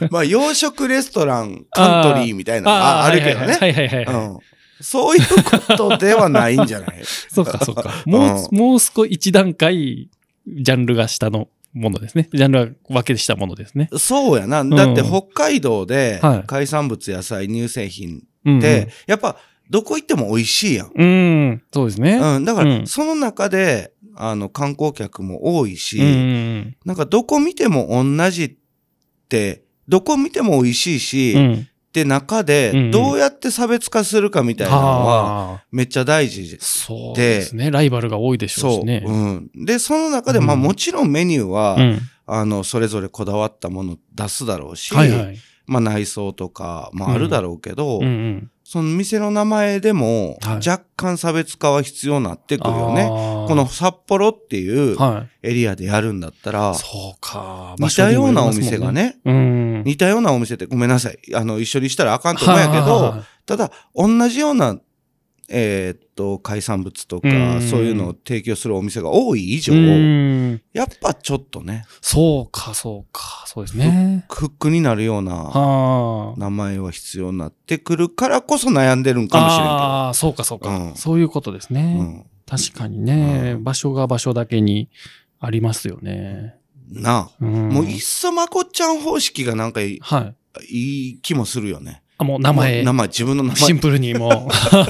[SPEAKER 3] まあ、洋食レストラン、カントリーみたいなの
[SPEAKER 2] あ
[SPEAKER 3] あ
[SPEAKER 2] あ
[SPEAKER 3] あるけどね。
[SPEAKER 2] はいはいはいはいはい。
[SPEAKER 3] うん。そういうことではないんじ
[SPEAKER 2] <laughs>
[SPEAKER 3] ゃない
[SPEAKER 2] そうか、そうか。もう、もう少し一段階、ジャンルが下のものですね。ジャンルは分けしたものですね。
[SPEAKER 3] そうやな。だって
[SPEAKER 2] うん
[SPEAKER 3] 北海道で
[SPEAKER 2] はい
[SPEAKER 3] 海産物、野菜、乳製品
[SPEAKER 2] うん、
[SPEAKER 3] って、やっぱどこ行っても美味しいやん。
[SPEAKER 2] うん、うんそうですね。
[SPEAKER 3] うん、だか
[SPEAKER 2] うん
[SPEAKER 3] ら、その中で、あの、観光客も多いし、
[SPEAKER 2] うん。
[SPEAKER 3] なんかどこ見ても同じって、どこ見ても美味しいし、
[SPEAKER 2] う
[SPEAKER 3] っ
[SPEAKER 2] ん。
[SPEAKER 3] て
[SPEAKER 2] う
[SPEAKER 3] 中
[SPEAKER 2] んう
[SPEAKER 3] で
[SPEAKER 2] ん、
[SPEAKER 3] どうやって差別化するかみたいなのは、
[SPEAKER 2] ああ、
[SPEAKER 3] めっちゃ大事です。
[SPEAKER 2] そうですね。ライバルが多いでしょう
[SPEAKER 3] そ
[SPEAKER 2] し
[SPEAKER 3] う。
[SPEAKER 2] ね。
[SPEAKER 3] うん。で、その中で、
[SPEAKER 2] うん
[SPEAKER 3] まあもちろんメニューは、
[SPEAKER 2] うん
[SPEAKER 3] あの、それぞれこだわったもの出すだろうし、
[SPEAKER 2] はいはい。
[SPEAKER 3] まあ内装とかもあるだろうけど、
[SPEAKER 2] うんうん。
[SPEAKER 3] その店の名前でも、
[SPEAKER 2] はい
[SPEAKER 3] 若干差別化は必要になってくるよね。
[SPEAKER 2] こ
[SPEAKER 3] この、札幌っていう
[SPEAKER 2] はい。
[SPEAKER 3] エリアでやるんだったら、
[SPEAKER 2] そうか。
[SPEAKER 3] 似たようなお店が。ね、
[SPEAKER 2] うん。
[SPEAKER 3] 似たようなお店ってごめんなさい。あの、一緒にしたらあかんと思うんやけど、ただ、同じような、えーっと、海産物と
[SPEAKER 2] う
[SPEAKER 3] か、
[SPEAKER 2] ん
[SPEAKER 3] そういうのを提供するお店が多い以上
[SPEAKER 2] う、ん。
[SPEAKER 3] やっぱちょっとね、
[SPEAKER 2] そうか、そうか。そうですね。
[SPEAKER 3] クックになるような
[SPEAKER 2] はあ。
[SPEAKER 3] 名前は必要になってくるからこそ悩んでるんかもしれ
[SPEAKER 2] ああ、そうか、そうか、
[SPEAKER 3] うん
[SPEAKER 2] そういうことですね。
[SPEAKER 3] んけど。うん
[SPEAKER 2] 確かにね、
[SPEAKER 3] うん
[SPEAKER 2] 場所が場所だけに、ありますよね。
[SPEAKER 3] なあ。
[SPEAKER 2] うん、
[SPEAKER 3] もういっそまこっちゃん方式がなんかい
[SPEAKER 2] はい。
[SPEAKER 3] いい気もするよね。
[SPEAKER 2] あ、もう名
[SPEAKER 3] も
[SPEAKER 2] 前
[SPEAKER 3] う、名前、自分の名
[SPEAKER 2] シン
[SPEAKER 3] 前
[SPEAKER 2] プルにもう。
[SPEAKER 3] <laughs>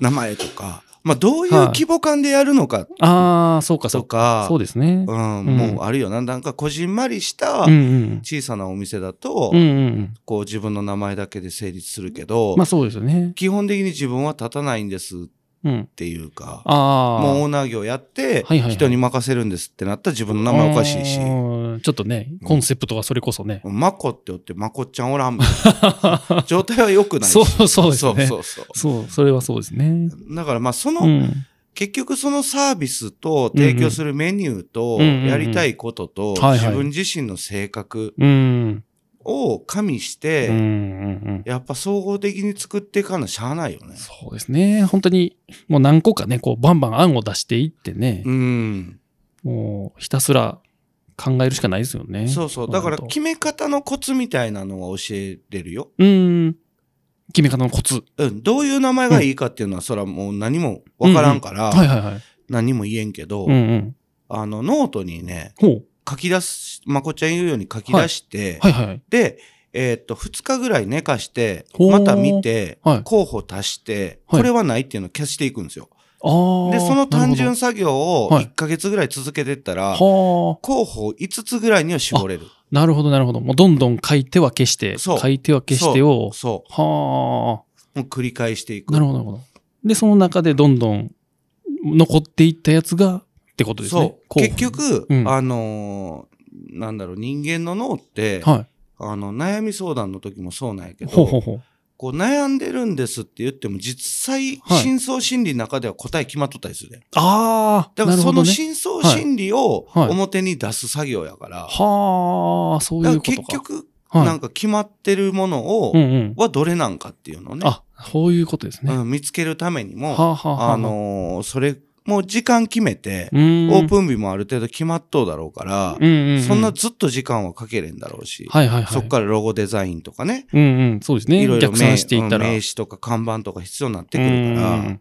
[SPEAKER 3] 名前とか、まあどういう
[SPEAKER 2] はい
[SPEAKER 3] 規模感でやるのか
[SPEAKER 2] ああ、そうか、そ
[SPEAKER 3] と
[SPEAKER 2] うか。
[SPEAKER 3] か、
[SPEAKER 2] そうですね。
[SPEAKER 3] うん、
[SPEAKER 2] うん
[SPEAKER 3] もうあるよな。なんかこじんまりした
[SPEAKER 2] うんうん。
[SPEAKER 3] 小さなお店だと、
[SPEAKER 2] うんうん
[SPEAKER 3] こう自分の名前だけで成立するけど、
[SPEAKER 2] うん。まあそうですよね。
[SPEAKER 3] 基本的に自分は立たないんですっ
[SPEAKER 2] うん。
[SPEAKER 3] ていうか、
[SPEAKER 2] ああ。
[SPEAKER 3] もうオーナー業やって
[SPEAKER 2] はいはいは、い
[SPEAKER 3] 人に任せるんですってなったら自分の名前おかしいし、
[SPEAKER 2] うんちょっとね、コンセプトはそれこそね。
[SPEAKER 3] マコっておってマコっちゃんおらんみ
[SPEAKER 2] <laughs>
[SPEAKER 3] たいな状態は良くないし。
[SPEAKER 2] そうそうです
[SPEAKER 3] そ
[SPEAKER 2] よ
[SPEAKER 3] う
[SPEAKER 2] ね。
[SPEAKER 3] そうそう。
[SPEAKER 2] そう、それはそうですね。
[SPEAKER 3] だからまあその、
[SPEAKER 2] うん。
[SPEAKER 3] 結局そのサービスと提供するメニューと
[SPEAKER 2] うんうん
[SPEAKER 3] やりたいことと
[SPEAKER 2] はいはい
[SPEAKER 3] 自分自身の性格
[SPEAKER 2] うん。
[SPEAKER 3] を加味し
[SPEAKER 2] うん。うんうん。
[SPEAKER 3] て、やっぱ総合的に作っていかなしゃあないよね。
[SPEAKER 2] そうですね。本当に、もう何個かね、こう、バンバン案を出していってね、
[SPEAKER 3] うん。
[SPEAKER 2] もう、ひたすら考えるしかないですよね。
[SPEAKER 3] そうそう。だから
[SPEAKER 2] 本当
[SPEAKER 3] 決め方のコツみたいなのは教えれるよ。
[SPEAKER 2] うん。決め方のコツ。
[SPEAKER 3] うん。どういう名前がいいかっていうのは、それはもう何もわからんから、
[SPEAKER 2] はいはいはい。
[SPEAKER 3] 何も言えんけど、
[SPEAKER 2] うんうん。
[SPEAKER 3] あの、ノートにね、
[SPEAKER 2] ほう。
[SPEAKER 3] 書き出す、まこちゃん言うように書き出して、
[SPEAKER 2] はいはいはい。
[SPEAKER 3] で、えーっと、2日ぐらい寝かして、
[SPEAKER 2] ほー
[SPEAKER 3] また見て、
[SPEAKER 2] はい
[SPEAKER 3] 候補足して、
[SPEAKER 2] はい
[SPEAKER 3] これはないっていうのを消していくんですよ。
[SPEAKER 2] ああ。
[SPEAKER 3] で、その単純
[SPEAKER 2] さ。
[SPEAKER 3] 作業を
[SPEAKER 2] はい
[SPEAKER 3] 1ヶ月ぐらい続けてったら、
[SPEAKER 2] はあ。
[SPEAKER 3] 候補5つぐらいには絞れる。
[SPEAKER 2] なるほどなるほど。もうどんどん書いては消して、
[SPEAKER 3] そ
[SPEAKER 2] 書
[SPEAKER 3] う
[SPEAKER 2] いては消してを。
[SPEAKER 3] そ
[SPEAKER 2] は
[SPEAKER 3] う。もう繰り返してい
[SPEAKER 2] あ。
[SPEAKER 3] く。
[SPEAKER 2] なるほどなるほど。で、その中でどんどん残っていったやつがってことですね
[SPEAKER 3] そ。う。
[SPEAKER 2] 候補
[SPEAKER 3] 結、局、
[SPEAKER 2] うん
[SPEAKER 3] あのーなんだろう、人間の脳って、
[SPEAKER 2] は
[SPEAKER 3] あの、悩み相談の時もそうなんやけ
[SPEAKER 2] い。
[SPEAKER 3] ど、
[SPEAKER 2] ほうほうほう。
[SPEAKER 3] こう悩んでるんですって言っても、実際、
[SPEAKER 2] はい
[SPEAKER 3] 深層心理の中では答え決まっとったりするね。
[SPEAKER 2] ああ。
[SPEAKER 3] だか
[SPEAKER 2] な
[SPEAKER 3] ら
[SPEAKER 2] る
[SPEAKER 3] そ
[SPEAKER 2] ほど
[SPEAKER 3] の
[SPEAKER 2] ね
[SPEAKER 3] 深層心理を
[SPEAKER 2] はいはい
[SPEAKER 3] 表に出す作業やか
[SPEAKER 2] は
[SPEAKER 3] ら、
[SPEAKER 2] あ、そう
[SPEAKER 3] だ
[SPEAKER 2] い
[SPEAKER 3] か
[SPEAKER 2] う
[SPEAKER 3] ら
[SPEAKER 2] こと
[SPEAKER 3] 結
[SPEAKER 2] か。
[SPEAKER 3] 局、
[SPEAKER 2] はい
[SPEAKER 3] なんか決まってるものを、
[SPEAKER 2] うんうん。
[SPEAKER 3] はどれなんかっていうのをね、
[SPEAKER 2] あ、そういうことですね。
[SPEAKER 3] うん見つけるために
[SPEAKER 2] は
[SPEAKER 3] も、
[SPEAKER 2] あ、はあはあ、
[SPEAKER 3] あのーそれも時間決めて、
[SPEAKER 2] うーん、
[SPEAKER 3] オープン日もある程度決まっとうだろうから、
[SPEAKER 2] うんうんうん、
[SPEAKER 3] そんなずっと時間はかけれんだろうし、
[SPEAKER 2] はいはいはい。
[SPEAKER 3] そっからロゴデザインとかね、
[SPEAKER 2] うんうん、そうですね。
[SPEAKER 3] いろいろ
[SPEAKER 2] 逆
[SPEAKER 3] 名,、
[SPEAKER 2] 算していったら。
[SPEAKER 3] 名刺とか看板とか必要になって
[SPEAKER 2] う
[SPEAKER 3] くるから、
[SPEAKER 2] んうんうん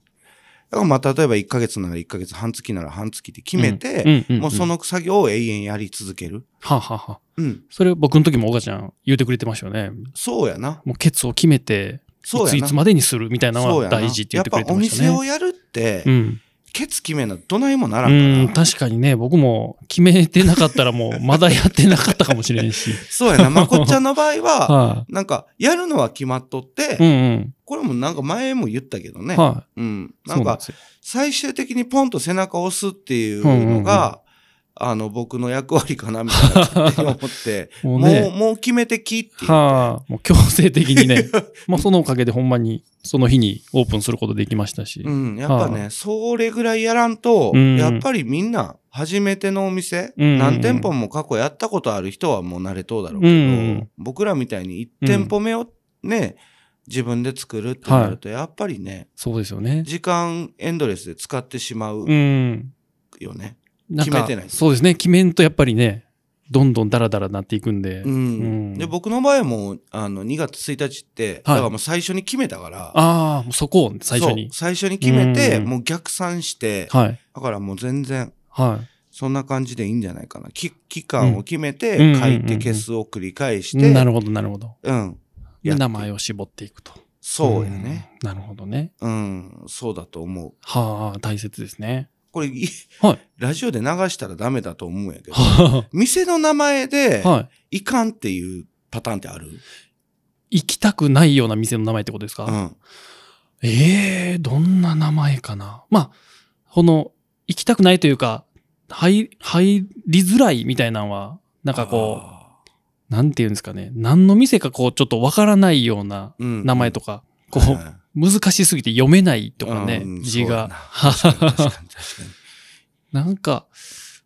[SPEAKER 3] だからまあ例えば1ヶ月なら1ヶ月、半月なら半月で決めて、
[SPEAKER 2] うんうんん
[SPEAKER 3] もうそ、の作業を永遠やり続ける。
[SPEAKER 2] はあはあはあ
[SPEAKER 3] うん。
[SPEAKER 2] それ僕の時も岡ちゃん言うてくれてましたよね。
[SPEAKER 3] そうやな。
[SPEAKER 2] もうケツを決めて、い
[SPEAKER 3] そ
[SPEAKER 2] う
[SPEAKER 3] や
[SPEAKER 2] つ
[SPEAKER 3] な。
[SPEAKER 2] いつまでにするみたいなの
[SPEAKER 3] そう
[SPEAKER 2] は
[SPEAKER 3] やな
[SPEAKER 2] 大事って言ってくれてましたね。
[SPEAKER 3] やっぱお店をやるって、
[SPEAKER 2] うん、
[SPEAKER 3] ケツ決めなどないもならんから。
[SPEAKER 2] うん、確かにね、僕も決めてなかったらもう、まだやってなかったかもしれん
[SPEAKER 3] <laughs>
[SPEAKER 2] し。
[SPEAKER 3] そうや
[SPEAKER 2] <laughs>
[SPEAKER 3] な。まこっちゃんの場合は、
[SPEAKER 2] は
[SPEAKER 3] なんか、やるのは決まっとっ
[SPEAKER 2] い、
[SPEAKER 3] て、
[SPEAKER 2] うんうん。
[SPEAKER 3] これもなんか前も言ったけどね。
[SPEAKER 2] は
[SPEAKER 3] うん。
[SPEAKER 2] い、
[SPEAKER 3] な
[SPEAKER 2] そ
[SPEAKER 3] ん
[SPEAKER 2] うなん
[SPEAKER 3] か
[SPEAKER 2] で、すよ
[SPEAKER 3] 最終的にポンと背中を押すっていうのが、あの、僕の役割かな、みたいな勝手に思って、
[SPEAKER 2] <laughs> も
[SPEAKER 3] も
[SPEAKER 2] う
[SPEAKER 3] う、
[SPEAKER 2] ね、
[SPEAKER 3] もう決めてきっていう。
[SPEAKER 2] はあ、もう強制的に
[SPEAKER 3] <laughs>
[SPEAKER 2] ね、まあそのおかげでほんまにその日にオープンすることできましたし。
[SPEAKER 3] うん、やっぱ
[SPEAKER 2] は
[SPEAKER 3] ね、それぐらいやらんと、
[SPEAKER 2] うん
[SPEAKER 3] やっぱりみんな、初めてのお店、
[SPEAKER 2] うん
[SPEAKER 3] 何店舗も過去やったことある人はもう慣れとうだろうけ
[SPEAKER 2] う
[SPEAKER 3] ど、
[SPEAKER 2] ん
[SPEAKER 3] 僕らみたいに1店舗目をね、自分で作るってなると、やっぱりね、
[SPEAKER 2] そうですよね。
[SPEAKER 3] 時間エンドレスで使ってしまう
[SPEAKER 2] うん。
[SPEAKER 3] よね。
[SPEAKER 2] なんか
[SPEAKER 3] 決めてない
[SPEAKER 2] そうですね。決めんとやっぱりね、どんどんダラダラなっていくんで。
[SPEAKER 3] うん
[SPEAKER 2] うん
[SPEAKER 3] で僕の場合はもうあの2月1日って、だからもう最初に決めたから、
[SPEAKER 2] ああ、もうそこを最初に
[SPEAKER 3] そう。最初に決めて、
[SPEAKER 2] うん
[SPEAKER 3] もう逆算して、
[SPEAKER 2] はい。
[SPEAKER 3] だからもう全然
[SPEAKER 2] はい。
[SPEAKER 3] そんな感じでいいんじゃないかな。き期間を決めて、
[SPEAKER 2] うん
[SPEAKER 3] 書い
[SPEAKER 2] うんうんうんう
[SPEAKER 3] て
[SPEAKER 2] ん
[SPEAKER 3] 消すを繰り返して、
[SPEAKER 2] なるほど、なるほど。
[SPEAKER 3] うん。やって
[SPEAKER 2] 名前を絞っていくと。
[SPEAKER 3] そうやね。
[SPEAKER 2] うん。なるほどね。
[SPEAKER 3] うん、そうだと思う。
[SPEAKER 2] はあ、大切ですね。
[SPEAKER 3] これ、い
[SPEAKER 2] はい
[SPEAKER 3] ラジオで流したらダメだと思うんやけど、
[SPEAKER 2] は
[SPEAKER 3] 店の名前で
[SPEAKER 2] あ、 <laughs> はい
[SPEAKER 3] かんっていうパターンってある
[SPEAKER 2] い。行きたくないような店の名前ってことですか、
[SPEAKER 3] うん。
[SPEAKER 2] ええどんな名前かな。まあ、この、行きたくないというか、入、入りづらいみたいなのは、なんかこう、なんていうんですかね。何の店かこう、ちょっとわからないような
[SPEAKER 3] う、うん
[SPEAKER 2] 名前と
[SPEAKER 3] か、
[SPEAKER 2] か、こう、難しすぎて読めないとかね
[SPEAKER 3] う、ん
[SPEAKER 2] 字が。
[SPEAKER 3] そうやな確かに確かに
[SPEAKER 2] <laughs>
[SPEAKER 3] 確かに。
[SPEAKER 2] なんか、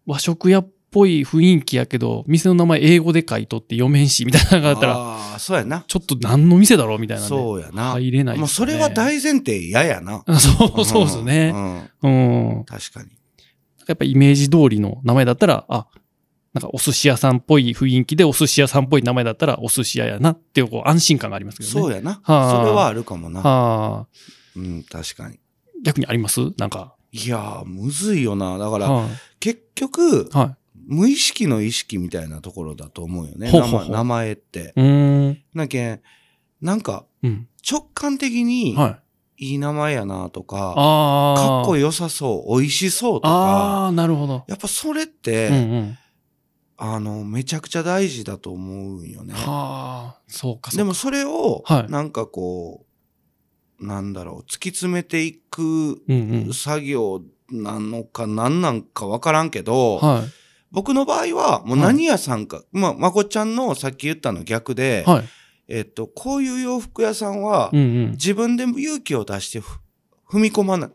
[SPEAKER 2] 和食屋っぽい雰囲気やけど、店の名前英語で書いとって読めんし、みたいなのがあったら、
[SPEAKER 3] ああ、そうやな。
[SPEAKER 2] ちょっと何の店だろうみたいなね。
[SPEAKER 3] そうやな。
[SPEAKER 2] 入れない
[SPEAKER 3] まあ、
[SPEAKER 2] です
[SPEAKER 3] そ
[SPEAKER 2] よね、
[SPEAKER 3] れは大前提嫌やな。
[SPEAKER 2] あ <laughs> そう、そうですね。
[SPEAKER 3] ん。うん
[SPEAKER 2] うん。
[SPEAKER 3] 確かに。
[SPEAKER 2] やっぱイメージ通りの名前だったら、あ、なんかお寿司屋さんっぽい雰囲気でお寿司屋さんっぽい名前だったらお寿司屋やなっていうこう安心感がありますけどね。
[SPEAKER 3] そう
[SPEAKER 2] や。
[SPEAKER 3] やな。
[SPEAKER 2] はあ
[SPEAKER 3] それはあるかもな。
[SPEAKER 2] ああ、
[SPEAKER 3] うん、確かに。
[SPEAKER 2] 逆にありますなんか。
[SPEAKER 3] いやー、むずいよな。だから、
[SPEAKER 2] は
[SPEAKER 3] 結局
[SPEAKER 2] い、は
[SPEAKER 3] 無意識の意識みたいなところだと思うよね。
[SPEAKER 2] ほうほうほう
[SPEAKER 3] 名前名前って。
[SPEAKER 2] い。うーん。
[SPEAKER 3] なけん、なんか、
[SPEAKER 2] うん。
[SPEAKER 3] 直感的に、
[SPEAKER 2] はい。
[SPEAKER 3] いい名前やなとか、
[SPEAKER 2] ああ。
[SPEAKER 3] かっこ
[SPEAKER 2] いい
[SPEAKER 3] よさそう、美味しそうとか、
[SPEAKER 2] ああ、なるほど。
[SPEAKER 3] やっぱそれっ
[SPEAKER 2] うん
[SPEAKER 3] て、
[SPEAKER 2] うん。
[SPEAKER 3] あの、めちゃくちゃ大事だと思うんよね。
[SPEAKER 2] はあ、そうか、そうか。
[SPEAKER 3] でもそれを
[SPEAKER 2] は、い
[SPEAKER 3] なんかこう、なんだろう、突き詰めていく
[SPEAKER 2] うんうん。
[SPEAKER 3] 作業なのか何なんかわからんけど、
[SPEAKER 2] は
[SPEAKER 3] 僕の場合は、もう何屋さんか、まあ、まこちゃんのさっき言ったの逆で、
[SPEAKER 2] い。はい。
[SPEAKER 3] えっと、こういう洋服屋さんは
[SPEAKER 2] う、んうん。
[SPEAKER 3] 自分で勇気を出してふ踏み込まな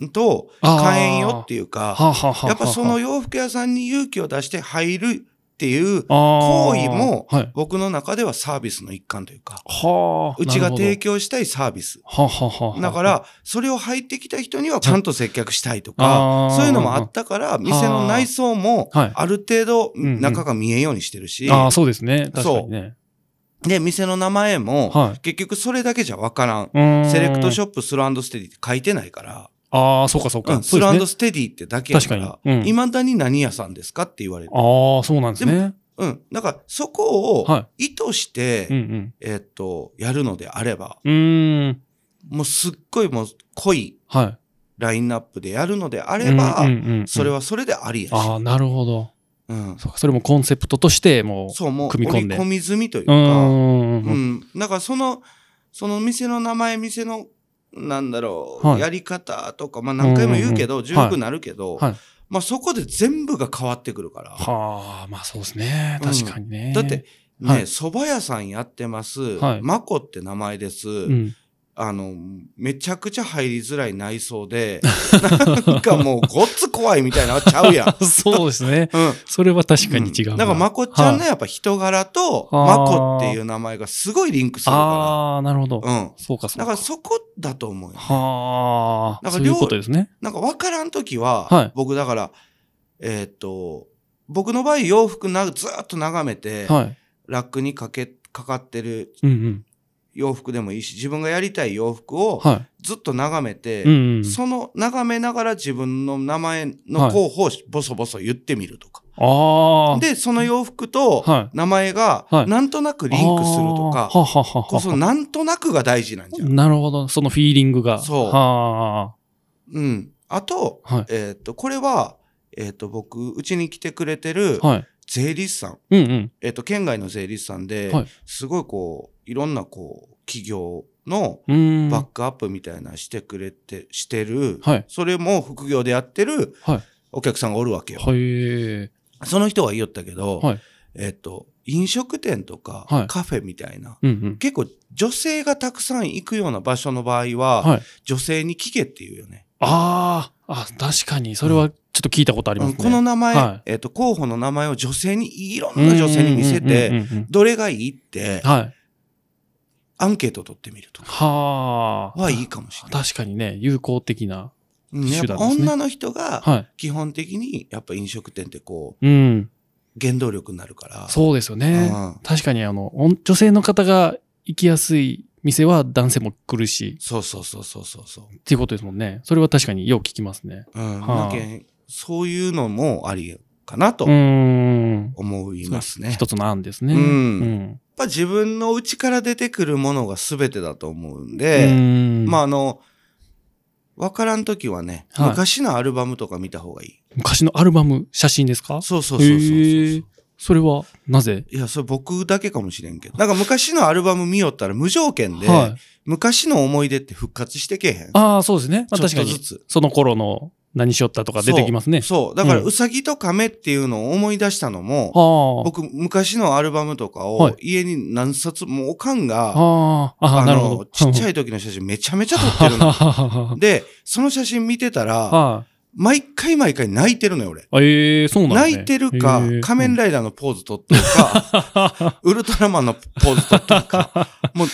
[SPEAKER 3] いと、
[SPEAKER 2] あー
[SPEAKER 3] 買えんよっていうか、
[SPEAKER 2] はあ、はあはあ、
[SPEAKER 3] やっぱその洋服屋さんに勇気を出して入るっていう、
[SPEAKER 2] 行
[SPEAKER 3] 行為も
[SPEAKER 2] はい。
[SPEAKER 3] 僕の中ではサービスの一環というか、
[SPEAKER 2] はあ。
[SPEAKER 3] うちが提
[SPEAKER 2] 供。
[SPEAKER 3] 供したいサービス。
[SPEAKER 2] はあ、はあはあ、
[SPEAKER 3] だから、それを入ってきた人にはちゃんと接客したいと
[SPEAKER 2] あ
[SPEAKER 3] か、
[SPEAKER 2] ー
[SPEAKER 3] そういうのもあったから、店の内装も、
[SPEAKER 2] はい
[SPEAKER 3] ある程度、
[SPEAKER 2] うんうん
[SPEAKER 3] 中が見えんようにしてるし、
[SPEAKER 2] ああ、そうですね。確かにね。
[SPEAKER 3] で、店の名前も、
[SPEAKER 2] はい。
[SPEAKER 3] 結局それだけじゃわからん。
[SPEAKER 2] うーん
[SPEAKER 3] セレクトショップスローステディって書いてないから、
[SPEAKER 2] ああ、そうかそう
[SPEAKER 3] う
[SPEAKER 2] か。
[SPEAKER 3] ん
[SPEAKER 2] そ
[SPEAKER 3] ス
[SPEAKER 2] うで
[SPEAKER 3] ロ
[SPEAKER 2] すね
[SPEAKER 3] ーステディってだけやか
[SPEAKER 2] 確
[SPEAKER 3] ら、
[SPEAKER 2] かにうん
[SPEAKER 3] いまだに何屋さんですかって言われる。
[SPEAKER 2] ああ、そうなんですね。
[SPEAKER 3] うん。だから、そこを
[SPEAKER 2] は
[SPEAKER 3] 意図して、
[SPEAKER 2] うん
[SPEAKER 3] えっと、やるのであれば、
[SPEAKER 2] うん。うーん。
[SPEAKER 3] もうすっごいもう濃い
[SPEAKER 2] はい。
[SPEAKER 3] ラインナップでやるのであれば、
[SPEAKER 2] うんうんうん
[SPEAKER 3] それ。はそれでありやし。
[SPEAKER 2] ああ、なるほど。
[SPEAKER 3] うん、
[SPEAKER 2] そうか、それもコンセプトとして、も
[SPEAKER 3] そう、もう、
[SPEAKER 2] 組
[SPEAKER 3] 織
[SPEAKER 2] み込
[SPEAKER 3] り
[SPEAKER 2] んで
[SPEAKER 3] 込み済みという
[SPEAKER 2] う。うー
[SPEAKER 3] か、
[SPEAKER 2] ん。
[SPEAKER 3] う
[SPEAKER 2] うん
[SPEAKER 3] ん。だから、その、その店の名前、店の、なんだろう、
[SPEAKER 2] はい
[SPEAKER 3] やり方とか、まあ何回も言うけど、重
[SPEAKER 2] はい
[SPEAKER 3] くなるけど、
[SPEAKER 2] はい
[SPEAKER 3] まあそこで全部が変わってくるから。
[SPEAKER 2] はあ、まあそうですね。
[SPEAKER 3] うん
[SPEAKER 2] 確かにね。
[SPEAKER 3] だって、、
[SPEAKER 2] はい
[SPEAKER 3] ね、蕎麦屋さんやってます。
[SPEAKER 2] はい
[SPEAKER 3] マコって名前です。
[SPEAKER 2] うん。
[SPEAKER 3] あの、めちゃくちゃ入りづらい内装
[SPEAKER 2] <laughs>
[SPEAKER 3] で、なんかもうごっつ怖いみたいなのちゃうや
[SPEAKER 2] <laughs>
[SPEAKER 3] ん。
[SPEAKER 2] そうですね。
[SPEAKER 3] うん。
[SPEAKER 2] それは確かに違うな。
[SPEAKER 3] だから、まこっちゃ
[SPEAKER 2] は
[SPEAKER 3] んね、
[SPEAKER 2] い
[SPEAKER 3] やっぱ人柄と、
[SPEAKER 2] あー
[SPEAKER 3] まこっていう名前がすごいリンクするか
[SPEAKER 2] ああ、なるほど。
[SPEAKER 3] ら。うん。
[SPEAKER 2] そうか、そうか。
[SPEAKER 3] だからそこだと思うよ。
[SPEAKER 2] はあ。
[SPEAKER 3] なん
[SPEAKER 2] そ
[SPEAKER 3] か
[SPEAKER 2] ういうことですね。
[SPEAKER 3] なんかわからんときは、
[SPEAKER 2] はい
[SPEAKER 3] 僕だから、えーっと、僕の場合洋服な、ずーっと眺めて、
[SPEAKER 2] はい。
[SPEAKER 3] ラックにかけ、かかってる
[SPEAKER 2] うんうん。
[SPEAKER 3] 洋服でもいいし、自分がやりたい洋服を
[SPEAKER 2] は
[SPEAKER 3] ずっと眺めて、
[SPEAKER 2] い。うんうん。
[SPEAKER 3] その眺めながら自分の名前の候補をボソボソ言ってみるとか。
[SPEAKER 2] ああ。
[SPEAKER 3] で、その洋服と
[SPEAKER 2] は
[SPEAKER 3] 名前が
[SPEAKER 2] はい
[SPEAKER 3] なんとなくリンクすると
[SPEAKER 2] あ
[SPEAKER 3] か、
[SPEAKER 2] ーはははは
[SPEAKER 3] こうそのなんとなくが大事なんじゃん。
[SPEAKER 2] なるほど。そのフィーリングが。
[SPEAKER 3] そう
[SPEAKER 2] は
[SPEAKER 3] うん。あと、
[SPEAKER 2] あ。はい。
[SPEAKER 3] えーっと、これは、えーっと、僕、うちに来てくれてる
[SPEAKER 2] はい。
[SPEAKER 3] 税理士さん、
[SPEAKER 2] うんうん。
[SPEAKER 3] えーっと、県外の税理士さんで
[SPEAKER 2] はい、
[SPEAKER 3] すごいこう、いろんなこう、企業の
[SPEAKER 2] うーん。
[SPEAKER 3] バックアップみたいなのしてくれて、してる、
[SPEAKER 2] はい。
[SPEAKER 3] それも副業でやってる
[SPEAKER 2] はい
[SPEAKER 3] お客さんがおるわけよ。
[SPEAKER 2] はい。え
[SPEAKER 3] その人は言いよったけど、
[SPEAKER 2] はい
[SPEAKER 3] えっと、飲食店とか
[SPEAKER 2] はい
[SPEAKER 3] カフェみたいな、
[SPEAKER 2] うんうん。
[SPEAKER 3] 結構女性がたくさん行くような場所の場合は、
[SPEAKER 2] はい
[SPEAKER 3] 女性に聞けっていうよね。
[SPEAKER 2] あーあ、確かに。それはちょっと聞いたことあります
[SPEAKER 3] うん
[SPEAKER 2] ね。
[SPEAKER 3] この名前、
[SPEAKER 2] はい
[SPEAKER 3] えっと、候補の名前を女性に、いろんな女性に見せ
[SPEAKER 2] うん
[SPEAKER 3] て、
[SPEAKER 2] うんうんうん
[SPEAKER 3] どれがいいって
[SPEAKER 2] うん。、はい。
[SPEAKER 3] アンケート取ってみるとか
[SPEAKER 2] はあ。
[SPEAKER 3] はいいかもしれない。
[SPEAKER 2] 確かにね、友好的な。
[SPEAKER 3] うんやっ
[SPEAKER 2] 手
[SPEAKER 3] ぱ
[SPEAKER 2] 段ですね
[SPEAKER 3] 女の人が、
[SPEAKER 2] は
[SPEAKER 3] 基本的に、やっぱ飲食店ってこう、
[SPEAKER 2] い。うん。
[SPEAKER 3] 原動力になるから。
[SPEAKER 2] そうですよね
[SPEAKER 3] うん。
[SPEAKER 2] 確かに、あの、おん女性の方が行きやすい店は男性も来るし、
[SPEAKER 3] そうそうそうそうそうそう。
[SPEAKER 2] っていうことですもんね。それは確かによう聞きますね。
[SPEAKER 3] うん、
[SPEAKER 2] はあ
[SPEAKER 3] だけんそういうのもありかなと
[SPEAKER 2] うーん。
[SPEAKER 3] 思いますね。やっ
[SPEAKER 2] 一つの案ですね。
[SPEAKER 3] うん
[SPEAKER 2] うん。
[SPEAKER 3] ぱ自分の内から出てくるものが全てだと思うん
[SPEAKER 2] う
[SPEAKER 3] で、
[SPEAKER 2] ーん
[SPEAKER 3] まああの、わからんときはね、
[SPEAKER 2] はい
[SPEAKER 3] 昔のアルバムとか見た方がいい。
[SPEAKER 2] 昔のアルバム、写真ですか
[SPEAKER 3] そうそうそうそうそう。
[SPEAKER 2] へえそれは、なぜ
[SPEAKER 3] いや、それ僕だけかもしれんけど。なんか昔のアルバム見よったら無条件で、
[SPEAKER 2] はい。
[SPEAKER 3] 昔の思い出って復活してけへん。
[SPEAKER 2] ああ、そうですね。まあ、
[SPEAKER 3] ちょっ
[SPEAKER 2] 確か
[SPEAKER 3] と
[SPEAKER 2] に
[SPEAKER 3] ず、つ。
[SPEAKER 2] その頃の何しよったとか出てきますね。
[SPEAKER 3] そう。そうだから、
[SPEAKER 2] うん
[SPEAKER 3] うさぎと亀っていうのを思い出したのも、
[SPEAKER 2] あ
[SPEAKER 3] 僕、昔のアルバムとか
[SPEAKER 2] は
[SPEAKER 3] を
[SPEAKER 2] い
[SPEAKER 3] 家に何冊もおかん
[SPEAKER 2] あ。あ
[SPEAKER 3] が、
[SPEAKER 2] あ、ああ、
[SPEAKER 3] あ
[SPEAKER 2] なるほ
[SPEAKER 3] の
[SPEAKER 2] ど。、
[SPEAKER 3] ちっちゃ
[SPEAKER 2] い。
[SPEAKER 3] い時の写真めちゃめちゃ撮ってるの。 <laughs> で、その写真見てたら、
[SPEAKER 2] <laughs> は
[SPEAKER 3] 毎回毎回泣いてるのよ、俺。
[SPEAKER 2] い。ええそうなんですね
[SPEAKER 3] 泣いてるか
[SPEAKER 2] へえ、
[SPEAKER 3] 仮面
[SPEAKER 2] うん
[SPEAKER 3] ライダーのポーズ撮ってる
[SPEAKER 2] <laughs>
[SPEAKER 3] か、ウルトラマンのポーズ撮ってるか、もう、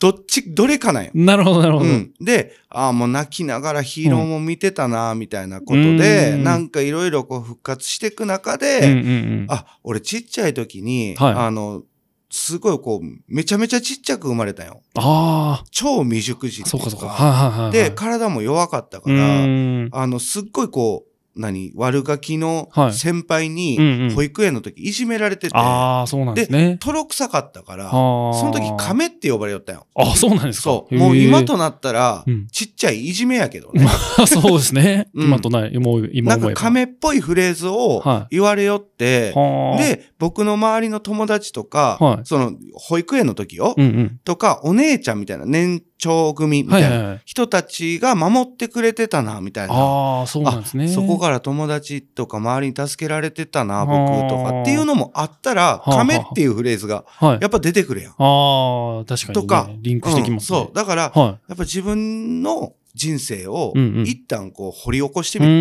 [SPEAKER 3] どっち、どれかなんよ。
[SPEAKER 2] なるほど、なるほ
[SPEAKER 3] う
[SPEAKER 2] ど。
[SPEAKER 3] ん。で、ああ、もう泣きながらヒーローも見てたな、みたいなことで、
[SPEAKER 2] うん
[SPEAKER 3] なんかいろいろこう復活していく
[SPEAKER 2] う
[SPEAKER 3] 中
[SPEAKER 2] んう
[SPEAKER 3] で、
[SPEAKER 2] んうん。
[SPEAKER 3] あ、俺ちっちゃい時に、
[SPEAKER 2] はい
[SPEAKER 3] あの、好すごいこう、めちゃめちゃちっちゃく生まれたんよ。
[SPEAKER 2] あ
[SPEAKER 3] 超未熟児って
[SPEAKER 2] あ、
[SPEAKER 3] い
[SPEAKER 2] そうかそうか。
[SPEAKER 3] か。
[SPEAKER 2] はいはいはい。
[SPEAKER 3] で、体も弱かったか
[SPEAKER 2] う
[SPEAKER 3] ら、
[SPEAKER 2] ーん。
[SPEAKER 3] あの、すっごいこう、何、悪ガキの
[SPEAKER 2] はい
[SPEAKER 3] 先
[SPEAKER 2] う
[SPEAKER 3] 輩に、
[SPEAKER 2] んうん
[SPEAKER 3] 保育園の時いじめられてて、
[SPEAKER 2] ああ、そうなんですね。
[SPEAKER 3] とろくさかったから、そ
[SPEAKER 2] はあ
[SPEAKER 3] の時亀って呼ばれよったんよ。
[SPEAKER 2] あ、そうなんですか。
[SPEAKER 3] そう。
[SPEAKER 2] へえ
[SPEAKER 3] もう今となったら
[SPEAKER 2] うん、
[SPEAKER 3] ちっちゃいいじめやけどね。
[SPEAKER 2] あそうですね。
[SPEAKER 3] うん
[SPEAKER 2] 今とない、もう今
[SPEAKER 3] なん
[SPEAKER 2] 思
[SPEAKER 3] か
[SPEAKER 2] えば。
[SPEAKER 3] 亀っぽいフレーズを
[SPEAKER 2] は
[SPEAKER 3] 言われよって、
[SPEAKER 2] はあ、
[SPEAKER 3] で、僕の周りの友達とか、
[SPEAKER 2] はい
[SPEAKER 3] その、保育園の時よ、
[SPEAKER 2] うん
[SPEAKER 3] とか、お姉ちゃんみたいな、年長組
[SPEAKER 2] う
[SPEAKER 3] み
[SPEAKER 2] ん。
[SPEAKER 3] た
[SPEAKER 2] はいい
[SPEAKER 3] な、
[SPEAKER 2] はいはい。
[SPEAKER 3] 人たちが守ってくれてたな、みたいな。
[SPEAKER 2] ああ、そうなんですね。
[SPEAKER 3] そこから友達とか周りに助けられてたな、僕と
[SPEAKER 2] はあ
[SPEAKER 3] かっていうのもあったら、
[SPEAKER 2] あはあ
[SPEAKER 3] 亀っていうフレーズが
[SPEAKER 2] はい。
[SPEAKER 3] やっぱ出てくるやん。
[SPEAKER 2] ああ、確かに、ね。
[SPEAKER 3] とか
[SPEAKER 2] リンクしてきます、ね
[SPEAKER 3] うんそう。だから、
[SPEAKER 2] う。は
[SPEAKER 3] やっぱ自分の人生を
[SPEAKER 2] うんうん
[SPEAKER 3] 一旦こう掘り起こし
[SPEAKER 2] い。
[SPEAKER 3] て
[SPEAKER 2] う
[SPEAKER 3] みる。
[SPEAKER 2] ー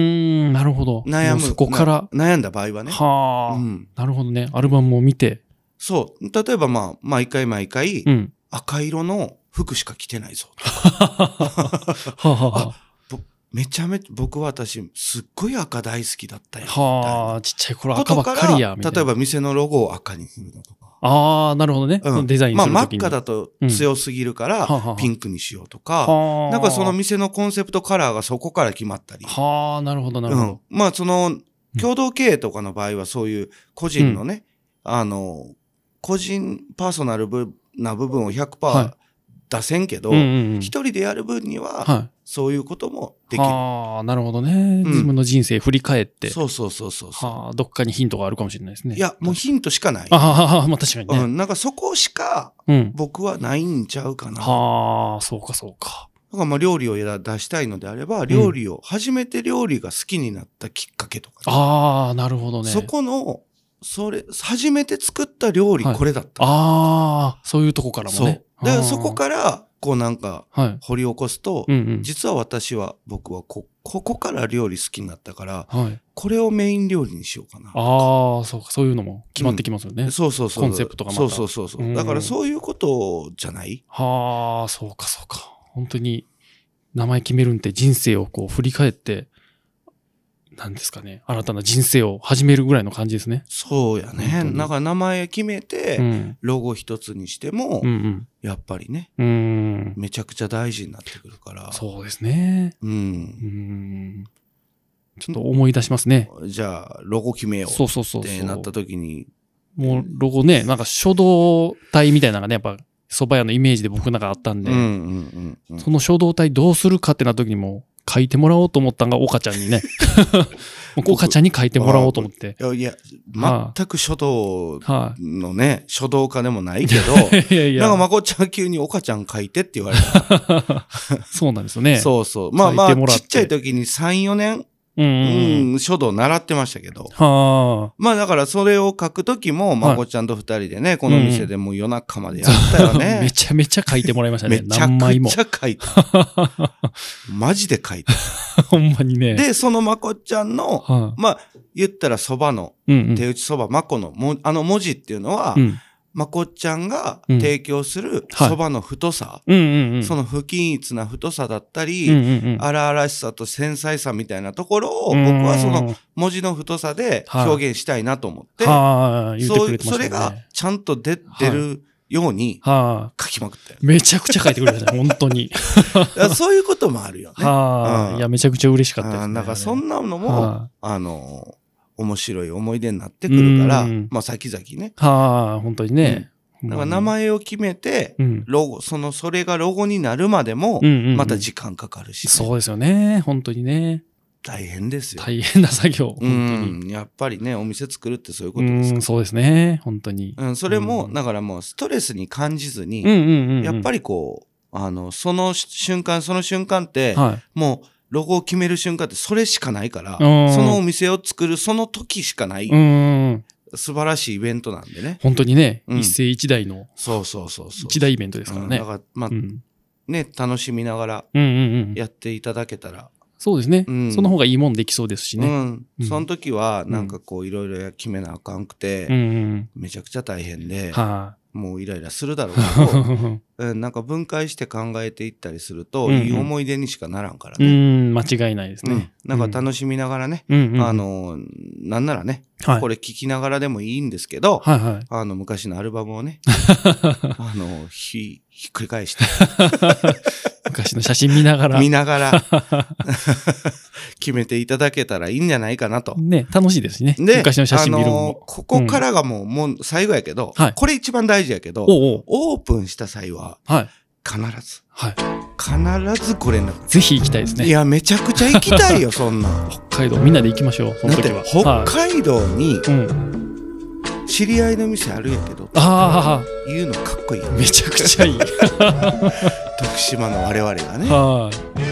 [SPEAKER 2] ん、なるほど。
[SPEAKER 3] 悩む。
[SPEAKER 2] もうそこから。
[SPEAKER 3] な悩んだ場合はね。
[SPEAKER 2] はあ、
[SPEAKER 3] うん、
[SPEAKER 2] なるほどね。アルバムを見て。
[SPEAKER 3] そう。例えばまあ、毎回毎回、
[SPEAKER 2] うん。
[SPEAKER 3] 赤色の服しか着てないぞ。
[SPEAKER 2] はあ、はあは
[SPEAKER 3] めちゃめちゃ、僕は私、すっごい赤大好きだったよ。
[SPEAKER 2] あ、はあ、ちっちゃい頃赤ばっかりや、みたいな。
[SPEAKER 3] 例えば店のロゴを赤にするのとか。
[SPEAKER 2] ああ、なるほどね。
[SPEAKER 3] うん
[SPEAKER 2] デザイン
[SPEAKER 3] まあ
[SPEAKER 2] する
[SPEAKER 3] 真
[SPEAKER 2] と
[SPEAKER 3] っ
[SPEAKER 2] きに。
[SPEAKER 3] 赤だと強すぎるか
[SPEAKER 2] うんはあは
[SPEAKER 3] ら
[SPEAKER 2] あ、
[SPEAKER 3] ピンクにしようとか、
[SPEAKER 2] はあ。
[SPEAKER 3] なんかその店のコンセプトカラーがそこから決まったり。
[SPEAKER 2] はあ、なるほど、なる
[SPEAKER 3] う
[SPEAKER 2] ほど。
[SPEAKER 3] ん。まあその、共同経営とかの場合はそういう個人のね、あの、個人パーソナルぶな部分を100%
[SPEAKER 2] は
[SPEAKER 3] 出せんけど
[SPEAKER 2] うん、うんうん、
[SPEAKER 3] 一人でやる分には、
[SPEAKER 2] は
[SPEAKER 3] そういうことも
[SPEAKER 2] い。
[SPEAKER 3] できる。
[SPEAKER 2] はあ、なるほどね。自分の人生振り返って。
[SPEAKER 3] そうそうそうそうそう。
[SPEAKER 2] はあ、どっかにヒントがあるかもしれないですね。
[SPEAKER 3] いや、もうヒントしかない。
[SPEAKER 2] ああ、まあ確かに
[SPEAKER 3] う
[SPEAKER 2] ね。
[SPEAKER 3] ん、なんかそこしか
[SPEAKER 2] うん。
[SPEAKER 3] 僕はないんちゃうかな。
[SPEAKER 2] はあ、そうかそうか。
[SPEAKER 3] だからまあ料理をやら出したいのであれば、料理を、初めて料理が好きになったきっかけとか、
[SPEAKER 2] ああ、なるほどね。
[SPEAKER 3] そこの、それ、初めて作った料理
[SPEAKER 2] はい
[SPEAKER 3] これだった。
[SPEAKER 2] ああ、そういうとこからも
[SPEAKER 3] そう。
[SPEAKER 2] ね
[SPEAKER 3] だ。からそこ
[SPEAKER 2] ら。
[SPEAKER 3] から、こうなんか
[SPEAKER 2] はい。
[SPEAKER 3] 掘り起こすと、
[SPEAKER 2] うんうん。
[SPEAKER 3] 実は私は、僕はこ、ここから料理好きになったから、
[SPEAKER 2] はい。
[SPEAKER 3] これをメイン料理にしようかな。
[SPEAKER 2] ああ、そうか、そういうのも決まってきますよね。
[SPEAKER 3] そうそうそう。
[SPEAKER 2] コンセプトがまた
[SPEAKER 3] そうそうそうそうう。
[SPEAKER 2] ん
[SPEAKER 3] だからそういうことじゃない
[SPEAKER 2] はあ、そうかそうか。本当に、名前決めるんって人生をこう振り返って、なんですかね、新たな人生を始めるぐらいの感じですね。
[SPEAKER 3] そうや
[SPEAKER 2] 本
[SPEAKER 3] ね。
[SPEAKER 2] 当に
[SPEAKER 3] なんか名前決め
[SPEAKER 2] う
[SPEAKER 3] て、
[SPEAKER 2] ん。
[SPEAKER 3] ロゴ一つにしても
[SPEAKER 2] う、ん
[SPEAKER 3] やっぱりね、
[SPEAKER 2] うん。うん。
[SPEAKER 3] めちゃくちゃ大事になってくるから。
[SPEAKER 2] そうですね。
[SPEAKER 3] う。
[SPEAKER 2] うんん。ちょっと思い出しますね。
[SPEAKER 3] じゃあ、ロゴ決めよう
[SPEAKER 2] そうそうそう
[SPEAKER 3] っ
[SPEAKER 2] そ
[SPEAKER 3] て
[SPEAKER 2] う。
[SPEAKER 3] なった時に、
[SPEAKER 2] もうロゴね、なんか書道体みたいなのがね、やっぱ蕎麦屋のイメージで僕なんかあったん
[SPEAKER 3] うん
[SPEAKER 2] で、
[SPEAKER 3] うんうんうん。
[SPEAKER 2] その書道体どうするかってなった時にもう書いてもらおうと思ったん <laughs> が、岡ちゃんにね。もう岡ちゃんに書いてもらおうと思って。
[SPEAKER 3] いや、いや
[SPEAKER 2] ああ
[SPEAKER 3] 全く書道
[SPEAKER 2] は
[SPEAKER 3] のね、書道家でもないけど、
[SPEAKER 2] い。 <laughs> いやいや、
[SPEAKER 3] なんかまこっちゃん急に岡ちゃん書いてって言われた。
[SPEAKER 2] そうなんですよね。
[SPEAKER 3] そうそう。まあま
[SPEAKER 2] 書い
[SPEAKER 3] あ、
[SPEAKER 2] てもらっ
[SPEAKER 3] ち
[SPEAKER 2] て
[SPEAKER 3] っちゃい時に3、4年、
[SPEAKER 2] う。うんうんう。
[SPEAKER 3] うんん、書道習ってましたけど。
[SPEAKER 2] は
[SPEAKER 3] まあだからそれを書く時も、まこちゃんと二人でね、この店でもう夜中までやったよ
[SPEAKER 2] あ、<laughs>
[SPEAKER 3] ね。
[SPEAKER 2] めちゃめちゃ書いてもらいました
[SPEAKER 3] め
[SPEAKER 2] ね。
[SPEAKER 3] ちゃ
[SPEAKER 2] 何枚も <laughs>
[SPEAKER 3] くち。ゃ書いた。マジで書いた。
[SPEAKER 2] ほんまにね。
[SPEAKER 3] で、そのまこちゃんの、
[SPEAKER 2] は
[SPEAKER 3] まあ、言ったらそばの、
[SPEAKER 2] い。うんうん。
[SPEAKER 3] 手打ちそばまこのも、あの文字っていうのは
[SPEAKER 2] う、ん
[SPEAKER 3] まこちゃんが
[SPEAKER 2] うん
[SPEAKER 3] 提供する
[SPEAKER 2] はい
[SPEAKER 3] そばの太さ、
[SPEAKER 2] うんうんうん。
[SPEAKER 3] その不均一な太さだった
[SPEAKER 2] うんう
[SPEAKER 3] り、
[SPEAKER 2] んうん。
[SPEAKER 3] 荒々しさと繊細さみたいなところを、僕はその
[SPEAKER 2] うん、
[SPEAKER 3] 文字の太さで
[SPEAKER 2] はい
[SPEAKER 3] 表現したいなと思って、
[SPEAKER 2] はい。言って
[SPEAKER 3] そ
[SPEAKER 2] くれ
[SPEAKER 3] う
[SPEAKER 2] てま
[SPEAKER 3] それ
[SPEAKER 2] したもん
[SPEAKER 3] が
[SPEAKER 2] ね。
[SPEAKER 3] ちゃんと出
[SPEAKER 2] はい
[SPEAKER 3] 出るように
[SPEAKER 2] はい。
[SPEAKER 3] 書きまくったよ。
[SPEAKER 2] めちゃくちゃ書いてくれましたね、本当に。
[SPEAKER 3] だからそういうこともあるよ
[SPEAKER 2] <laughs>
[SPEAKER 3] ね。
[SPEAKER 2] は
[SPEAKER 3] う
[SPEAKER 2] あ。
[SPEAKER 3] ん
[SPEAKER 2] いや、めちゃくちゃ嬉しかったです、
[SPEAKER 3] あー
[SPEAKER 2] ね。
[SPEAKER 3] なんかそんなのも、
[SPEAKER 2] は
[SPEAKER 3] あのー面白い思い出になってくるから、
[SPEAKER 2] うん
[SPEAKER 3] まあ先々ね。
[SPEAKER 2] あ、はあ、本当にね。
[SPEAKER 3] だから名、前を決めて、
[SPEAKER 2] うん、
[SPEAKER 3] ロゴ、その、それがロゴになるまでも
[SPEAKER 2] うん、うんうん
[SPEAKER 3] また時間かかるし、
[SPEAKER 2] そうですよね。本当にね。
[SPEAKER 3] 大変ですよ。
[SPEAKER 2] 大変な作業、本当
[SPEAKER 3] う
[SPEAKER 2] に。
[SPEAKER 3] ん、やっぱりね、お店作るってそういうこ
[SPEAKER 2] う
[SPEAKER 3] とです
[SPEAKER 2] ん、
[SPEAKER 3] か
[SPEAKER 2] そうですね。本当に。
[SPEAKER 3] ら。うん、それも、
[SPEAKER 2] うん
[SPEAKER 3] だからもうストレスに感じず
[SPEAKER 2] うん
[SPEAKER 3] に、
[SPEAKER 2] うんうん。
[SPEAKER 3] やっぱ
[SPEAKER 2] り、
[SPEAKER 3] りこう、あの、その瞬間、その瞬間って、
[SPEAKER 2] はい。
[SPEAKER 3] もう、ロゴを決める瞬間ってそれしかないから、そ
[SPEAKER 2] うん
[SPEAKER 3] のお店を作るその時しかない、
[SPEAKER 2] うんうんうん。
[SPEAKER 3] 素晴らしいイベントなんでね。
[SPEAKER 2] 本当にね、
[SPEAKER 3] うん
[SPEAKER 2] 一世一代の、
[SPEAKER 3] そうそうそうそう。
[SPEAKER 2] 一大イベントですからね
[SPEAKER 3] うんだ。から、まあ、
[SPEAKER 2] うん。
[SPEAKER 3] ね、楽しみながら
[SPEAKER 2] うんうんうん。
[SPEAKER 3] やっていただけたら。
[SPEAKER 2] そうですね
[SPEAKER 3] う。ん
[SPEAKER 2] その方がいいもんできそうですしね。う
[SPEAKER 3] うんん。その時は、なんかこう、いろいろ決めなあかんく
[SPEAKER 2] うん
[SPEAKER 3] て、
[SPEAKER 2] うん
[SPEAKER 3] めちゃくちゃ大変で
[SPEAKER 2] うん。、は
[SPEAKER 3] もうイライラするだろう
[SPEAKER 2] <laughs> あ
[SPEAKER 3] けど、。うん、なんか分解して考えていったりすると、
[SPEAKER 2] うんうん
[SPEAKER 3] いい思い出にしかならんから
[SPEAKER 2] う
[SPEAKER 3] ね。
[SPEAKER 2] ん、間違いないです
[SPEAKER 3] うん
[SPEAKER 2] ね。
[SPEAKER 3] なんか楽しみながらね、
[SPEAKER 2] うんうん、
[SPEAKER 3] あのー、なんならね、
[SPEAKER 2] はい、
[SPEAKER 3] これ聞きながらでもいいんですけど、
[SPEAKER 2] はいはい。
[SPEAKER 3] あの、昔のアルバム
[SPEAKER 2] <laughs>
[SPEAKER 3] をね、あの、ひ、ひっくり返して、
[SPEAKER 2] 昔の写真見ながら
[SPEAKER 3] 見。なが
[SPEAKER 2] <laughs>
[SPEAKER 3] ら、 <laughs> 決めていただけたらいいんじゃないか
[SPEAKER 2] <laughs>
[SPEAKER 3] なと。
[SPEAKER 2] ね、楽しいですしね。
[SPEAKER 3] で、
[SPEAKER 2] 昔の写真見るの
[SPEAKER 3] あの
[SPEAKER 2] も。
[SPEAKER 3] ここからがもう、もう最後やけど、
[SPEAKER 2] はい
[SPEAKER 3] これ一番大事やけ
[SPEAKER 2] お
[SPEAKER 3] ど、
[SPEAKER 2] うおう
[SPEAKER 3] オープンした際は、
[SPEAKER 2] はい。
[SPEAKER 3] 必ず、
[SPEAKER 2] はい。
[SPEAKER 3] 必ずご連絡。
[SPEAKER 2] ぜひ行きたいです
[SPEAKER 3] い
[SPEAKER 2] ね。
[SPEAKER 3] や、めちゃくちゃ行きたい
[SPEAKER 2] <laughs>
[SPEAKER 3] よ、そんなん。
[SPEAKER 2] 北海道みんなで行きましょう。そ
[SPEAKER 3] だ
[SPEAKER 2] の
[SPEAKER 3] って
[SPEAKER 2] 時は。、
[SPEAKER 3] 北
[SPEAKER 2] は
[SPEAKER 3] 海道に
[SPEAKER 2] い、うん。
[SPEAKER 3] 知り合いの店あるやけど、
[SPEAKER 2] あ
[SPEAKER 3] 言うのかっこいいよ
[SPEAKER 2] あ、。めちゃくち
[SPEAKER 3] <laughs>
[SPEAKER 2] ゃいい。
[SPEAKER 3] 徳島の我々がね、
[SPEAKER 2] は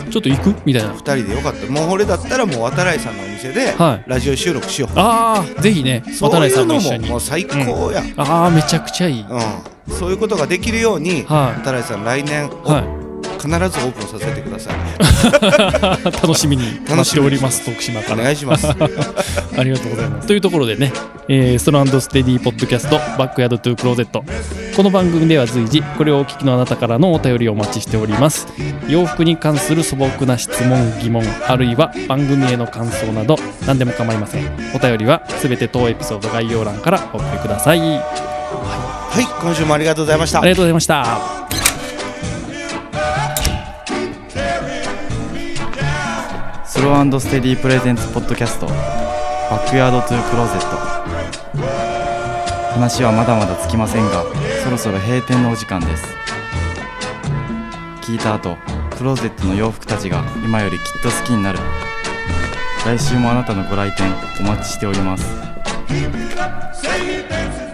[SPEAKER 2] い。ちょっと行くみたいな。はい。
[SPEAKER 3] 二人でよかった。もう俺だったらもう渡来さんのお店で、
[SPEAKER 2] あ
[SPEAKER 3] ラジオ収録しよう。
[SPEAKER 2] あー、ぜひね、渡
[SPEAKER 3] そう
[SPEAKER 2] 来
[SPEAKER 3] い
[SPEAKER 2] さ
[SPEAKER 3] うん
[SPEAKER 2] も
[SPEAKER 3] の
[SPEAKER 2] 一緒
[SPEAKER 3] も
[SPEAKER 2] に
[SPEAKER 3] も。う最高や。
[SPEAKER 2] ああ、めちゃくちゃいい。はい。
[SPEAKER 3] うん。そういうことができるように、
[SPEAKER 2] は
[SPEAKER 3] 渡来さん来年、
[SPEAKER 2] い。
[SPEAKER 3] 必ずオープンさせてください。
[SPEAKER 2] 楽しみに
[SPEAKER 3] み
[SPEAKER 2] 楽しております、徳島か
[SPEAKER 3] お
[SPEAKER 2] ら。
[SPEAKER 3] 願いし
[SPEAKER 2] <laughs>
[SPEAKER 3] ます。
[SPEAKER 2] ありがとうございます。というところでね、えーストランドステディポッドキャストバックヤードトゥークローゼット。この番組では随時、これをお聞きのあなたからのお便りをお待ちしております。洋服に関する素朴な質問、疑問、あるいは番組への感想など、何でも構いません。お便りはすべて当エピソード概要欄からお送りください。あ
[SPEAKER 3] はい、今週もありがとうございました
[SPEAKER 2] り。がとうございました。
[SPEAKER 1] スローステディプレゼンツポッドキャストバックヤードトゥークローゼット話はまだまだつきませんがそろそろ閉店のお時間です聞いた後クローゼットの洋服たちが今よりきっと好きになる来週もあなたのご来店お待ちしております
[SPEAKER 4] Say you dancing